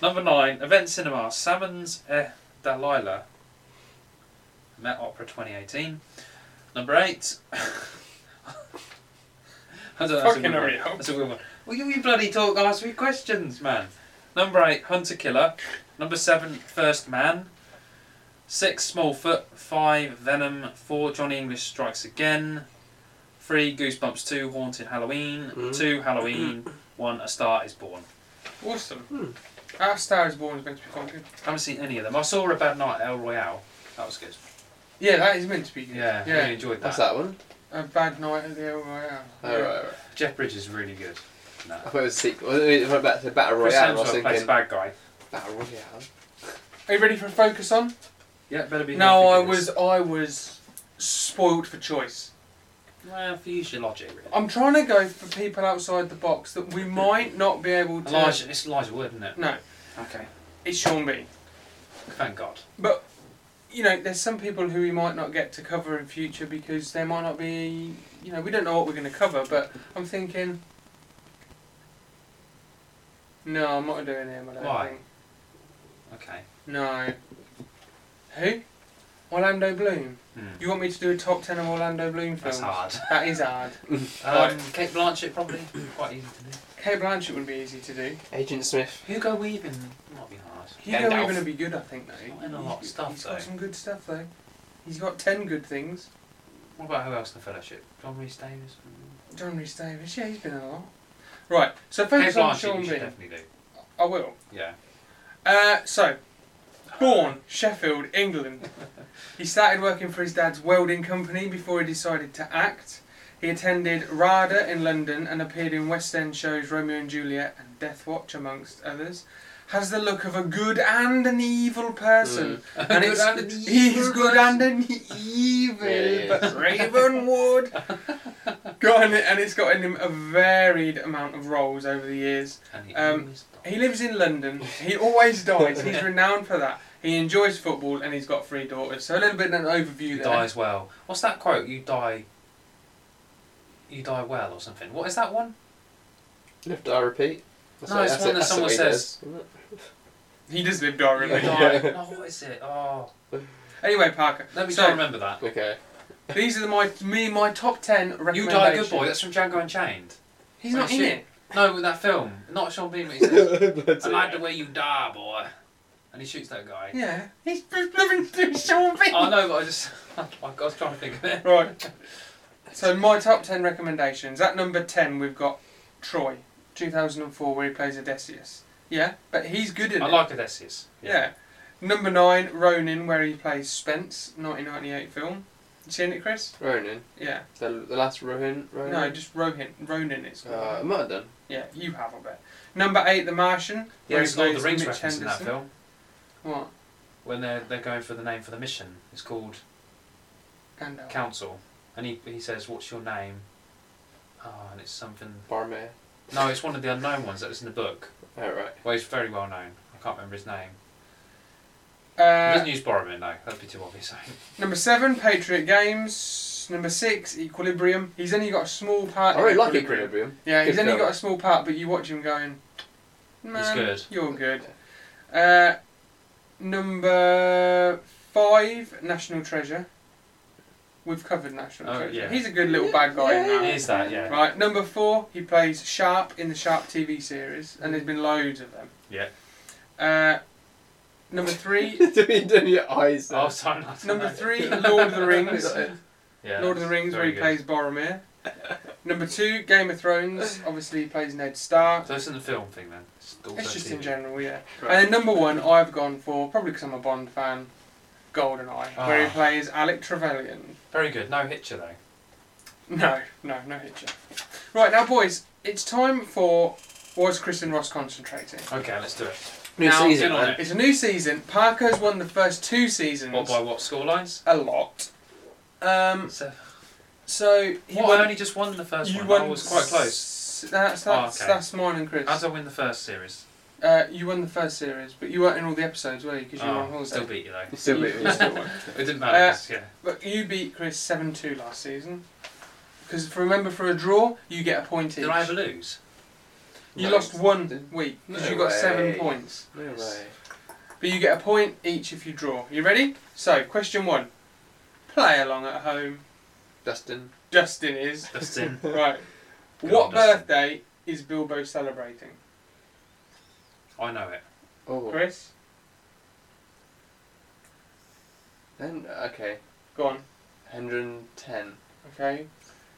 Number nine, Event Cinema, Salmon's Eh Dalila, Met Opera 2018. Number eight. (laughs) I don't know, that's a Fucking good one. hurry up. That's a good one. Will you, you bloody talk, ask me questions, man. Number eight, Hunter Killer. Number seven, First Man. Six, Smallfoot. Five, Venom. Four, Johnny English Strikes Again. Three, Goosebumps 2, Haunted Halloween. Mm. Two, Halloween. One, A Star Is Born. Awesome. Hmm. Our Star is Born is meant to be fucking. I haven't seen any of them. I saw A Bad Night at El Royale. That was good. Yeah, that is meant to be good. Yeah, Yeah. really enjoyed that. That's that one. A bad night at the El Royale. Oh, right, right. Jeff Bridges is really good. No. I thought it was a sequel. It went back to Battle Chris Royale. I was Hemsworth plays thinking. bad guy. Battle Royale. Are you ready for a focus on? Yeah, better be. No, I happy with was I was spoilt for choice. this. Well, for you, it's your logic, really. I'm trying to go for people outside the box that we might not be able to. Elijah, it's Elijah Wood, isn't it? No, Okay. it's Sean B. Thank God. But you know, there's some people who we might not get to cover in future because there might not be. You know, we don't know what we're going to cover. But I'm thinking. No, I'm not doing him. I don't Why? think. Okay. No. Who? Orlando Bloom. Hmm. You want me to do a top ten of Orlando Bloom films? That's hard. That is hard. Um, Kate Blanchett probably (clears throat) quite easy to do. Kate Blanchett would be easy to do. Agent Smith. Hugo Weaving might be hard. Hugo Gandalf. Weaving would be good, I think, though. Not in a lot of He's- stuff, He's got though. some good stuff, though. He's got ten good things. What about who else in the Fellowship? John Rhys Davies. John Rhys Davis, yeah, he's been in a lot. Right, so Kate focus on Blanchett, Sean you B. should definitely do. I will. Yeah. Uh, so, born Sheffield, England. He started working for his dad's welding company before he decided to act. He attended RADA in London and appeared in West End shows Romeo and Juliet and Death Watch, amongst others. Has the look of a good and an evil Mm. person. And Good it's, and an he's evil good and an evil, Yeah, yeah, yeah. but Ravenwood. (laughs) got an, and it's gotten him a varied amount of roles over the years. And he Um, always dies. He lives in London. He always dies. (laughs) He's renowned for that. He enjoys football and he's got three daughters. So a little bit of an overview You there. die as well. What's that quote? You die. You die well or something. What is that one? Live, die, repeat. That's No, what- it's that's one it- that that's someone what he says. does, isn't it? He does live die, You really. die. No, what is it? Oh, Anyway, Parker. let me so, try and remember that. Okay. These are the, my me my top ten recommendations. You die, good boy. That's from Django Unchained. He's not in Shit. it. No, with that film, not Sean Bean. but (laughs) He says, "I like the way you die, boy," and he shoots that (laughs) guy. Yeah. He's living through Sean Bean. I know, but I just, (laughs) I was trying to think of it. Right. So my top ten recommendations. At number ten, we've got Troy, 2004, where he plays Odysseus. Yeah, but he's good in I it. like Odysseus. Yeah. Number nine, Ronin, where he plays Spence, 1998 film. You seen it, Chris? Ronin. Yeah. The, the last Ronin. Ronin. No, just Rohin. Ronin it's called. Uh, I might have done. yeah, you have, I bet. Number eight, The Martian. yeah. where It's he Lord of plays the Rings Mitch reference in that film What? when they're they're going for the name for the mission. It's called Gandalf. Council, and he he says, "What's your name?" Oh, and it's something. Barmere. No, it's one of the unknown ones that was in the book. Oh, right. Well, he's very well known. I can't remember his name. he Uh, doesn't use Boromir, no. That'd be too obvious. (laughs) number seven, Patriot Games. Number six, Equilibrium. He's only got a small part. I in really like Equilibrium. Equilibrium. Yeah, he's Good only film. got a small part, but you watch him going. Man, good. You're good. Uh, number five, National Treasure. We've covered National Oh, Treasure. yeah. He's a good little bad guy in that. It is that, yeah. Right, number four, he plays Sharp in the Sharp TV series, and there's been loads of them. Yeah. Uh, number three, (laughs) (laughs) doing, doing your eyes. Oh, sorry, not (laughs) number three, Lord of the Rings. Yeah, Lord of the that's Rings, where very he good. plays Boromir. Number two, Game of Thrones. Obviously, he plays Ned Stark. So it's in the film thing then. It's, also It's just TV. in general, yeah. Right. And then number one, I've gone for probably because I'm a Bond fan, Goldeneye, where Ah. he plays Alec Trevelyan. Very good. No hitcher though. No, no, no hitcher. Right now, boys, it's time for was Chris and Ross concentrating. Okay, let's do it. New Now, season, get on man. it. It's a new season. Parker's won the first two seasons What by what score lines? a lot. Um, So, so he what, won. I only just won the first you one. won I was quite close. s- That's that's, Oh, okay. that's mine and Chris. How did I win the first series? Uh, you won the first series, but you weren't in all the episodes, were you? Because you were on Oh, holiday. still beat you though. You still beat me. It didn't matter. Uh, 'cause, yeah. But you beat Chris seven two last season. Because if remember, for a draw, you get a point each. Did I ever lose? (laughs) you No. lost one Did- week because No you got seven way. points. No way. But you get a point each if you draw. You ready? So, question one. Play along at home. Dustin. Justin (laughs) is. Dustin. Right. Good what old Dustin. birthday is Bilbo celebrating? I know it. Oh. Chris? Then okay. Go on. 110. Okay.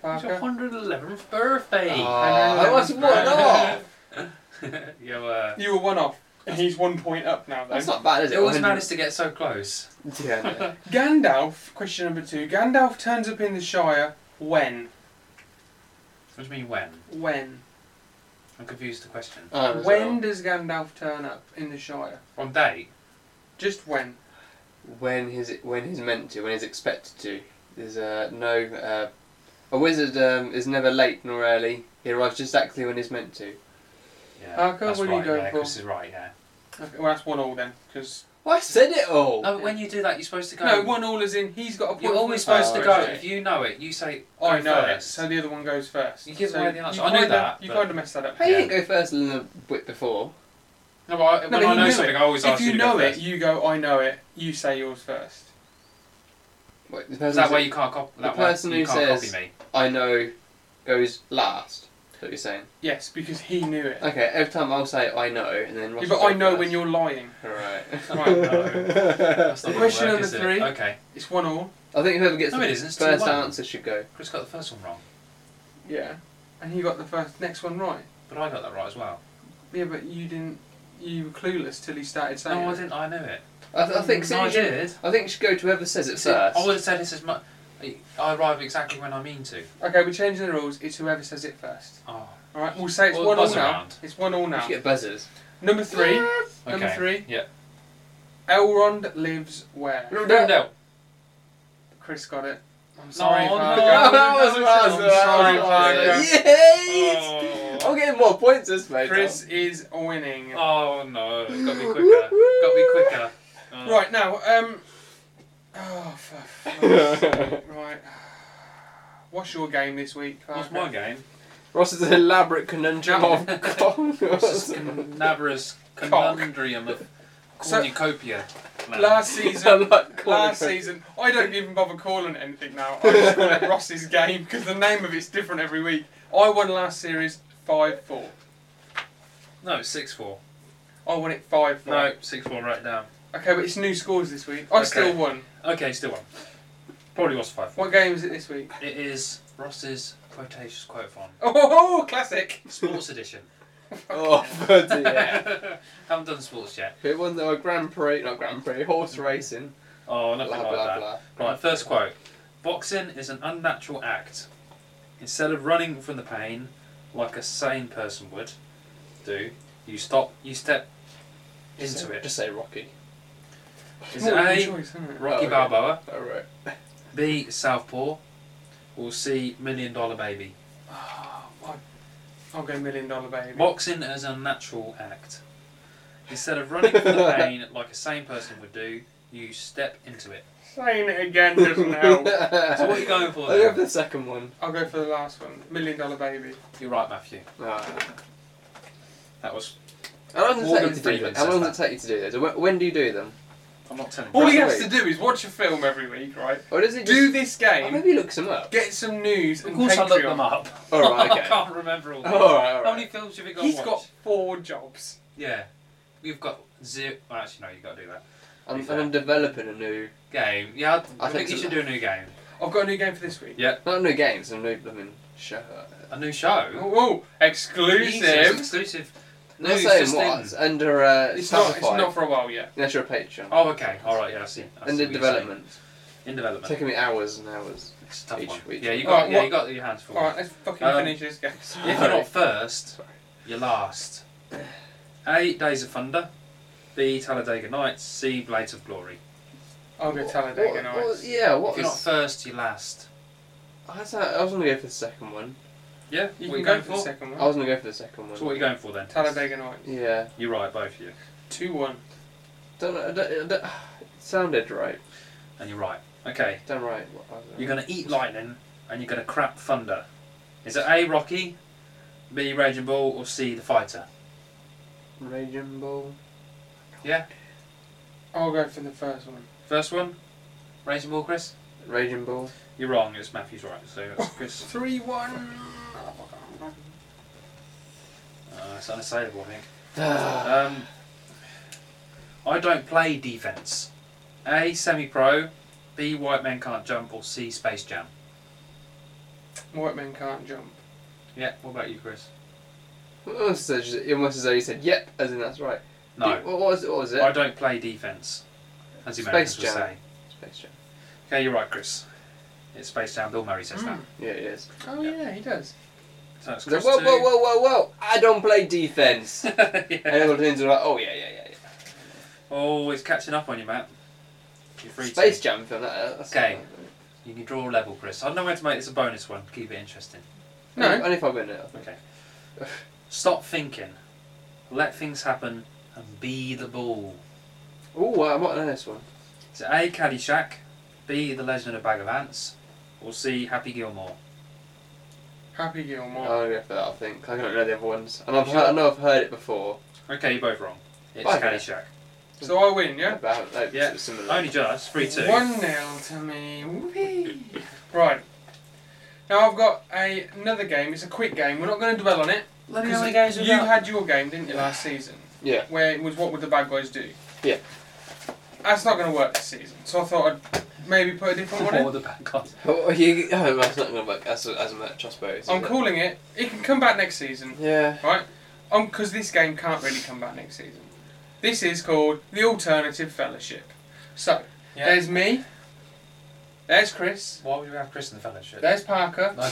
Ah. It's your Parker? 111th birthday. (laughs) I know. I was one off. you uh, You were one off. And he's one point up now, though. That's not bad, is it it? always 100 managed (laughs) to get so close. Yeah. (laughs) No. Gandalf, question number two. Gandalf turns up in the Shire when? What do you mean when? When? I'm confused the question. Oh, was When it does Gandalf turn up in the Shire? On date? Just when? all- when he's when he's meant to, when he's expected to. There's uh, no uh, a wizard um, is never late nor early. He arrives just exactly when he's meant to. Yeah. Parker, that's Ah, what are you right, going yeah, for? Chris is right, yeah. Okay, well, that's one all then, because Well, I said it all. No, but when you do that, you're supposed to go. Oh, no one all is in. He's got a point. You're for always the supposed to first go. question. If you know it, you say. I go know it. first. So the other one goes first. You give so away the answer. you I knew kinda- that, You but- kind of messed that up. How you Yeah. didn't go first in the bit before? No, but I, No, when but I you knew know it. something, I always If ask you you to know go it, first. you go. I know it. You say yours first. Wait, the Is person that who- way you can't copy. That the person way, you who can't says- copy me. I know goes last. Is what you're saying? Yes, because he knew it. Okay, every time I'll say I know, and then Ross Yeah, will but go I know first. when you're lying. Right. Right. (laughs) That's not gonna Question work, number is it? three. Okay, It's one all. I think whoever gets No, it the isn't, it's first 2-1. answer should go. Chris got the first one wrong, Yeah. And he got the first next one right. but I got that right as well. Yeah, but you didn't. You were clueless till he started saying. No, I it. didn't. I knew it. I, th- I think no, I so. should- did. I think it should go to whoever says it See, first. I would have said this as much. I arrive exactly when I mean to. Okay, we're changing the rules. It's whoever says it first. Oh, All right, we'll say it's Or one all buzz now. around. It's one all You now. should get buzzers. Number three. okay. Number three. Yeah. Elrond lives where? Rivendell. Chris got it. I'm Sorry, sorry, no, Parker. no, (laughs) I'm sorry, Parker. Parker. Yes! I'm Oh. getting more points this way. Chris is winning. oh no! Got me quicker. Got me quicker. (laughs) Oh. Right now, um. Oh, for fuck's Tom. (laughs) sake. Right. What's your game this week? Uh, What's Parker? my game? Ross's elaborate conundrum Oh, No. of (laughs) Kong. Ross's (laughs) canaverous Cock. conundrum of (laughs) So- cornucopia. man. Last (laughs) I season. like Kong. Last season, I don't even bother calling it anything now. I just call (laughs) it Ross's game because the name of it's different every week. I won last series 5 4. No, six four. I won it 5 4. No, six four. Right down. Okay, but it's new scores this week. I Okay. still won. Okay, still one. Probably was five four. What game is it this week? (laughs) It is Ross's quotations quote font. Oh, classic! Sports (laughs) edition. Oh, bloody yeah. (laughs) Haven't done sports yet. Who won the Grand Prix? Not Grand Prix, horse racing. Oh, Blah, nothing blah, like that. blah. Right, first quote. Boxing is an unnatural act. Instead of running from the pain like a sane person would do, you stop, you step Just into say- it. Just say Rocky. Is Ooh, it good A, choice, isn't it? (sighs) Rocky Oh, okay. Balboa, Alright. B, Southpaw, or C, Million Dollar Baby? Oh, I- I'll go million dollar baby. Boxing is an unnatural act. Instead of running from (laughs) the pain like a sane person would do, you step into it. Saying it again doesn't (laughs) help. So what are you going for I'll go for there? the second one. (laughs) I'll go for the last one. Million dollar baby. You're right, Matthew. Ah. That was. How long does it Morgan take you to do Freeman them? How long says does it take you to do this? When, when do you do them? I'm not telling you. All he Right, has wait. to do is watch a film every week, right? Or does it just... Do this Oh, game, maybe look some up. get some news, Of and course, I looked Patreon. them up. All (laughs) right, I okay. can't remember (laughs) all. these. All right, all How many right. films have you got? He's to got watch? four jobs. Yeah, you've got zero. Well, actually, no, you have got to do that I'm, I'm developing a new. game. Yeah, I, I I think think you so. should do a new game. I've got a new game for this week. Not a new game, it's a new blooming shirt. A new show. Oh, It's exclusive. exclusive. No, Not it's saying just what, in. it's under uh, It's not. It's Spotify. not for a while yet. Unless you're a Patreon. Oh, okay. All right. Yeah, I see. I see under what you're saying. development. In development. Taking me hours and hours. it's a tough each one. week. Yeah, you got. Alright, yeah, what- you got your hands full. All right, let's fucking Um, finish this game. If you're not first, you're last. A. Days of Thunder. B. Talladega Nights. C. Blades of Glory. I'll go Talladega What- Nights. what- yeah, what if you're not was... first, you're last. I was, I was going to go for the second one. Yeah. You can what you go going for the for? second I one. was going to go for the second one. So what are you going for then? Tess? Talladega Nights. Yeah. You're right, both of you. Two one. Don't, know- I don't, (sighs) I don't, it sounded right. And you're right. Okay. Damn right. What was it? You're gonna eat lightning and you're gonna crap thunder. Is it A. Rocky? B. Raging Bull or C. The Fighter? Raging Bull. I'll go for the first one. First one. Raging Bull, Chris. (sighs) Raging Bull. (sighs) You're wrong. It's Matthew's right. So (laughs) it's Chris. Three one. Uh, it's unassailable, I think. Ah, Um, I don't play defense. A. Semi pro. B. White men can't jump or C. Space Jam. White men can't jump. Yeah. What about you, Chris? what was it? You almost as though you said yep, as in that's right. No. Dude, What was it? What was it? I don't play defense. As the Americans Space would Jam. say. Space Jam. Okay, you're right, Chris. It's Space Jam. Bill Murray says that. Mm. Yeah, it is. Oh Yeah. yeah, he does. So it's It's like, Chris whoa, two. whoa, whoa, whoa, whoa! I don't play defense. and (laughs) yeah. all the teams are like, oh yeah, yeah, yeah. yeah. Oh, it's catching up on you, Matt. You're free Space to. Jam film. That, Uh, that's Okay. You can draw a level, Chris. I know where to make this a bonus one. Keep it interesting. No. Only, only if I win it. (sighs) Okay. Stop thinking. Let things happen and be the ball. Ooh, I might know this one. Is it A. Caddyshack, B. The Legend of a Bag of Ants, or C. Happy Gilmore? Happy I'm Gilmore. Uh, gonna go for that. I think. I don't know the other ones. And I've heard, I know I've heard it before. Okay, you're both wrong. It's Bye, mate. Caddyshack. so I win, yeah. But I haven't- like, Yeah. Similar. Only just three two. One nil to me. Whee. right. Now I've got a, another game. It's a quick game. We're not going to dwell on it. Bloody 'cause hell, the games you are done. had your game, didn't you, last season? Yeah. Where it was what would the bad guys do? Yeah. That's not going to work this season. So I thought I'd maybe put a different one Or in. the bad guys. Oh, you, (laughs) oh, that's not gonna work as, as much, I suppose. is I'm it? calling it. It can come back next season, Yeah. right? Um, because this game can't really come back next season. This is called the Alternative Fellowship. So Yeah. there's me. There's Chris. Why would you have Chris in the fellowship? There's Parker. Okay.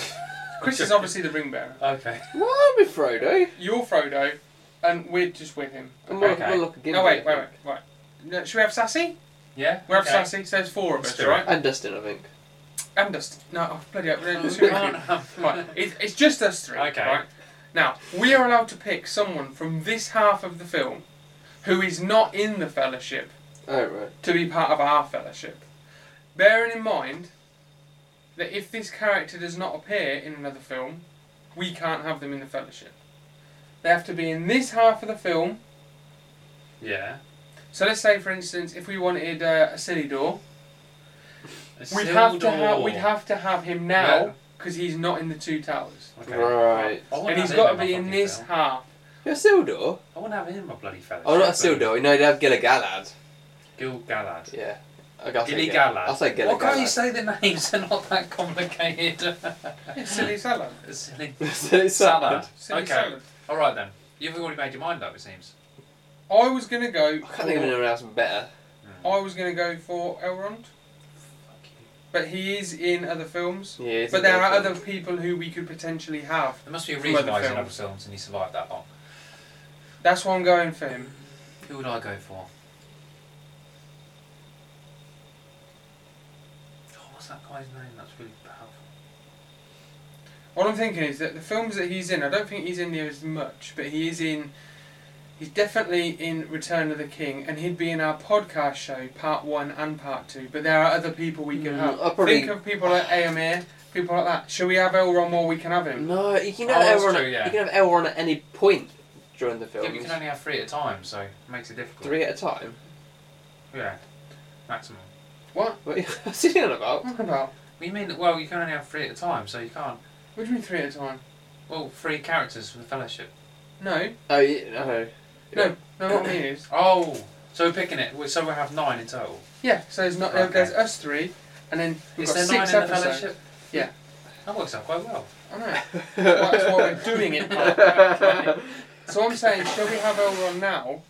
Chris is obviously the ring bearer. Okay. Why be Frodo? You're Frodo, and we're just with him. I'm not, Okay. not looking No, wait, wait, wait, right. No, Should we have Sassy? Yeah. We have okay. (laughs) Sassy, so there's four of Let's us, do it. right? And Dustin, I think. And us. No, oh, bloody hell. no, two Come of on, (laughs) you. um, Right, it, it's just us three. Okay. Right? Now, we are allowed to pick someone from this half of the film who is not in the fellowship Oh right. to be part of our fellowship. Bearing in mind that if this character does not appear in another film, we can't have them in the fellowship. They have to be in this half of the film Yeah. So let's say, for instance, if we wanted uh, a silly door, It's we'd have to Sildor. have we'd have to have him now Yeah. because he's not in the two towers, Okay. Right. I wouldn't and he's have got him to in be my in fucking this film. (laughs) half. You're Sildor. I wouldn't have him in my bloody fellowship. Oh, not but- Sildor. You know, they have Gilligalad. Gil Galad. Yeah. I guess Gilly I'll say Galad. Gilligalad. Why can't you (laughs) say the names? They're not that complicated. (laughs) It's silly salad. (laughs) Silly Silly salad. salad. Silly Okay. salad. All right then. You've already made your mind up. It seems. I was gonna go. I can't think of For, anyone else better. I was gonna go for Elrond, but he is in other films. Yeah. But there are other people who we could potentially have. There must be a From reason other why he's in other films. films and he survived that long. That's why I'm going for him. Who would I go for? Oh, what's that guy's name? That's really powerful. All I'm thinking is that the films that he's in, I don't think he's in there as much, but he is in. He's definitely in Return of the King, and he'd be in our podcast show, part one and part two. But there are other people we could Mm, have. I'll probably- Think of people like Amir, people like that. Shall we have Elrond or we can have him? No, you can Oh, have that's Elrond. true, yeah. You can have Elrond at any point during the film. Yeah, but you can only have three at a time, so it makes it difficult. Three at a time. Yeah, maximum. What? What are you (laughs) what's he on about? What about? What do you mean? Well, you can only have three at a time, so you can't. What do you mean three at a time? Well, three characters from the Fellowship. No, Oh, you, no. no, no. What I mean is, Oh, so we're picking it. we- So we'll have nine in total. yeah. So there's not. Okay. There's us three, and then we've Is got there six nine in the episodes. fellowship? Yeah. That works out quite well. I know. That's why we're doing it. (laughs) (laughs) Part. so I'm saying, shall we have Elrond now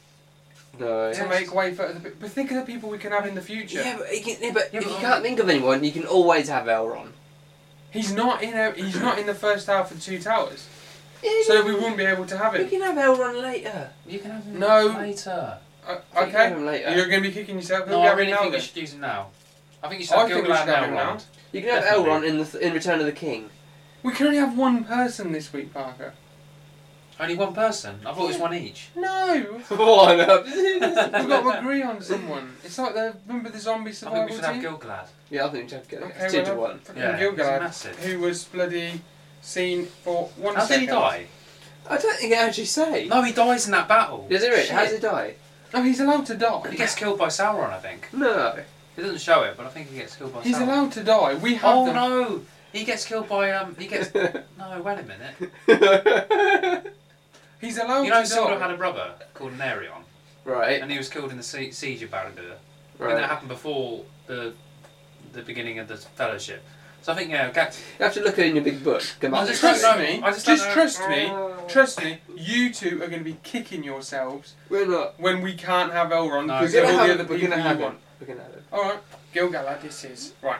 No. to Yes. make way for the? But think of the people we can have in the future. Yeah, but, you can, yeah, but Yeah, if but you I- can't think of anyone, you can always have Elrond. He's not in. A, he's not in the first half of Two Towers, so we wouldn't be able to have You him. can have Elrond later. You can have him No. later. Uh, You can have okay. him later. You're going to be kicking yourself. Who No, we I have in really now think we then? should use him now. I think you should I have think we Gilgalad should and have him Elrond. You can have Definitely. Elrond in the in Return of (laughs) the King. (laughs) We can only have one person this week, Parker. Only one person. I thought it was one each. No. One (laughs) up. We've got to agree on someone. It's like the remember the zombie I think we survival should have team. Gilgalad. Yeah, I think we should have to get it. Okay, It's two to well, one. fucking Yeah, he's Gilgalad, massive. who was bloody seen for one How did he second. die? I don't think it actually say. No, he dies in that battle. Is it? Really? How does Shit. it die? No, he's allowed to He die. gets killed by Sauron, I think. (laughs) No. It doesn't show it, but I think he gets killed by He's Sauron. allowed to die. We have Oh them. no! He gets killed by um. (laughs) He gets no. Wait a minute. He's allowed You know, to die. Sauron had a brother called Nerion, right. and he was killed in the sie- siege of Barad-dûr. And that Right. happened before the the beginning of the Fellowship. So I think yeah. Ga- You have to look in your big book. Come I on. just Trust don't know. me. I just don't know. trust me. Trust me. You two are going to be kicking yourselves We're not. when we can't have Elrond No, because we're of all the gonna have other it, we're people gonna you have it. want. We're gonna have it. All right, Gilgalad. This is right.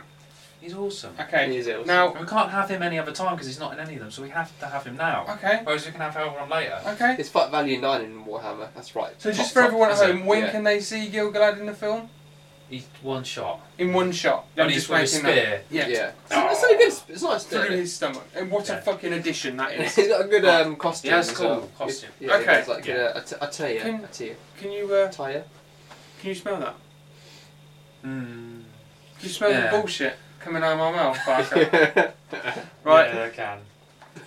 He's awesome. Okay. He is awesome. Now, And we can't have him any other time because he's not in any of them. So we have to have him now. okay, Whereas we can have Elrond later. okay. It's fight value nine in Warhammer. That's right. So just Top- for top, everyone at is it? home, when Yeah. can they see Gilgalad in the film? He's one shot. In one shot. and he's with a making that- spear. Yeah. Yeah. It's, so good. It's nice. Oh. Through Through (laughs) his stomach. And what Yeah. a fucking addition (laughs) that is. He's got a good um, costume. Yeah, it's as cool well. costume. Yeah, Okay. It's like Yeah. a, a, t- a tire. Can- A tire. Can you uh, Tire. can you smell that? Mm. Can you smell Yeah. the bullshit coming out of my mouth, (laughs) Parker? right. right. Yeah, I (laughs) can.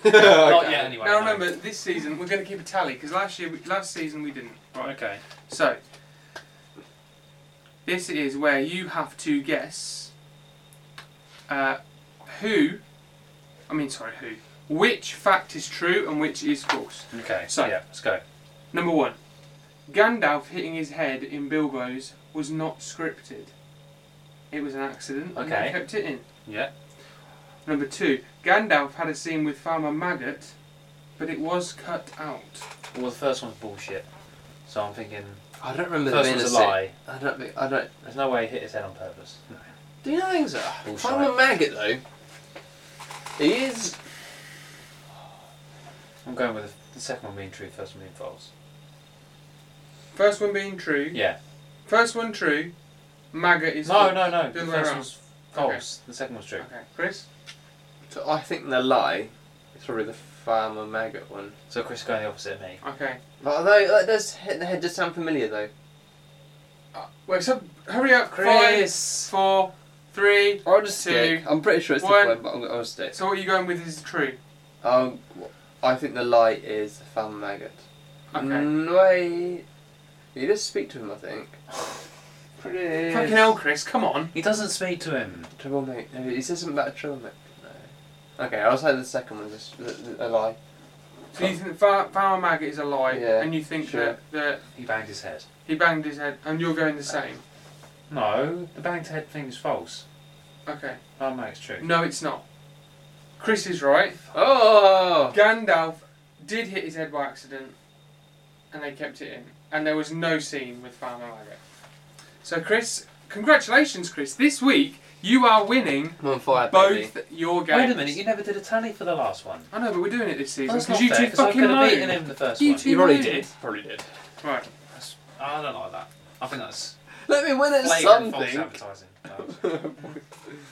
Not okay. yet anyway. Now no. remember, this season we're going to keep a tally because last year, we, last season we didn't. Right, okay. So this is where you have to guess uh, who, I mean, sorry, who, which fact is true and which is false. Okay. So- So yeah, let's go. Number one, Gandalf hitting his head in Bilbo's was not scripted. It was an accident, and they Okay. kept it in. Yeah. Number two, Gandalf had a scene with Farmer Maggot, but it was cut out. Well, the first one's bullshit. So I'm thinking (laughs) I don't remember first there one's being a a scene- lie. I don't. think- I don't. There's no way he hit his head on purpose. Do you know things are? Bullshit. Farmer Maggot though. He is. I'm going with the second one being true, first one being false. First one being true. Yeah. First one true. Maggot is No, false. no, no. The Good way first around. one's false. The second one's true. Okay, Chris. So I think the lie is probably the Farmer Maggot one. So Chris is going the opposite of me. Okay. But although that does hit the head, does sound familiar though. Uh, wait. So hurry up, Chris. Chris. Four, three. I'll just Two, stick. I'm pretty sure it's one. the one, but I'm, I'll stick. So what are you going with is true? Um, I think the lie is the Farmer Maggot. Mm, Okay. No, I- you just speak to him. I think. Pretty. Fucking hell, Chris. Come on. He doesn't speak to him. Troublemaker. No, he says something about a troublemaker. No. Okay, I'll say the second one is a, a lie. So you think Far- Farmer Maggot is a lie, Yeah, and you think sure. that, that He banged his head. he banged his head, and you're going the same. No, the banged head thing is false. Okay. Oh, no, it's true. No, it's not. Chris is right. Oh! Gandalf did hit his head by accident, and they kept it in. And there was no scene with Farmer Maggot. So, Chris, congratulations, Chris. This week you are winning I'm on fire, baby. both your games. Wait a minute, you never did a tally for the last one. I know, but we're doing it this season Well, that's not you fair, two 'cause I fucking could have beaten moan. him the first You one. two- You probably moaned. did. Probably did. Right. That's- I don't like that. I think that's Let me win at flagrant false something. advertising. No.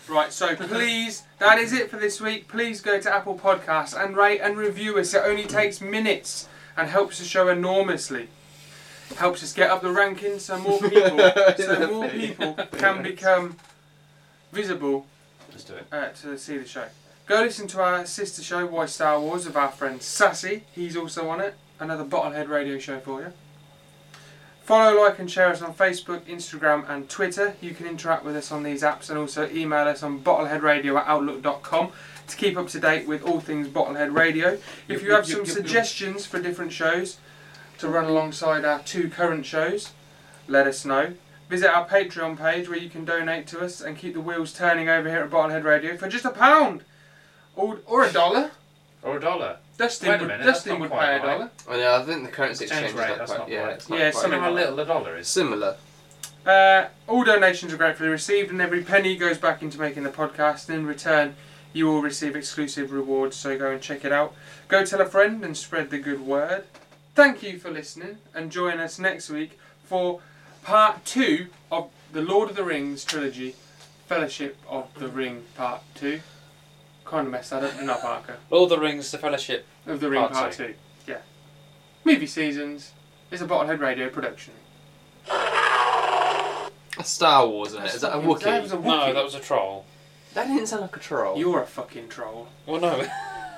Right, so please, that is it for this week. Please go to Apple Podcasts and rate and review us. It only takes minutes and helps the show enormously. Helps us get up the rankings so more people, so more people can become visible Let's do it. uh, to see the show. Go listen to our sister show, Why Star Wars, of our friend Sassy. He's also on it. Another Bottlehead radio show for you. Follow, like, and share us on Facebook, Instagram, and Twitter. You can interact with us on these apps and also email us on bottleheadradio at outlook.com to keep up to date with all things Bottlehead Radio. If Yep, you have yep, some yep, yep, yep. suggestions for different shows to run alongside our two current shows, let us know. Visit our Patreon page where you can donate to us and keep the wheels turning over here at Bottlehead Radio for just a pound or, or a dollar. Or a dollar. Dustin Wait a would, minute, that's Dustin not would quite pay a right. dollar. Oh, no, I think the currency Exchange exchange rate, is not that's quite. not yeah, right. it's not Yeah, quite Something something how like little a dollar is. similar. Uh, all donations are gratefully received, and every penny goes back into making the podcast. And in return, you will receive exclusive rewards. So go and check it out. Go tell a friend and spread the good word. Thank you for listening, and join us next week for part two of the Lord of the Rings trilogy, Fellowship of the Ring, part two. Kind of messed that up, not Parker. Lord of the Rings, The Fellowship. Of the Ring, Part part, two. Yeah. Movie Seasons is a Bottlehead Radio production. That's Star Wars, isn't it? Is that a That was Wookiee? a No, Wookiee. that was a troll. That didn't sound like a troll. You're a fucking troll. Well, no.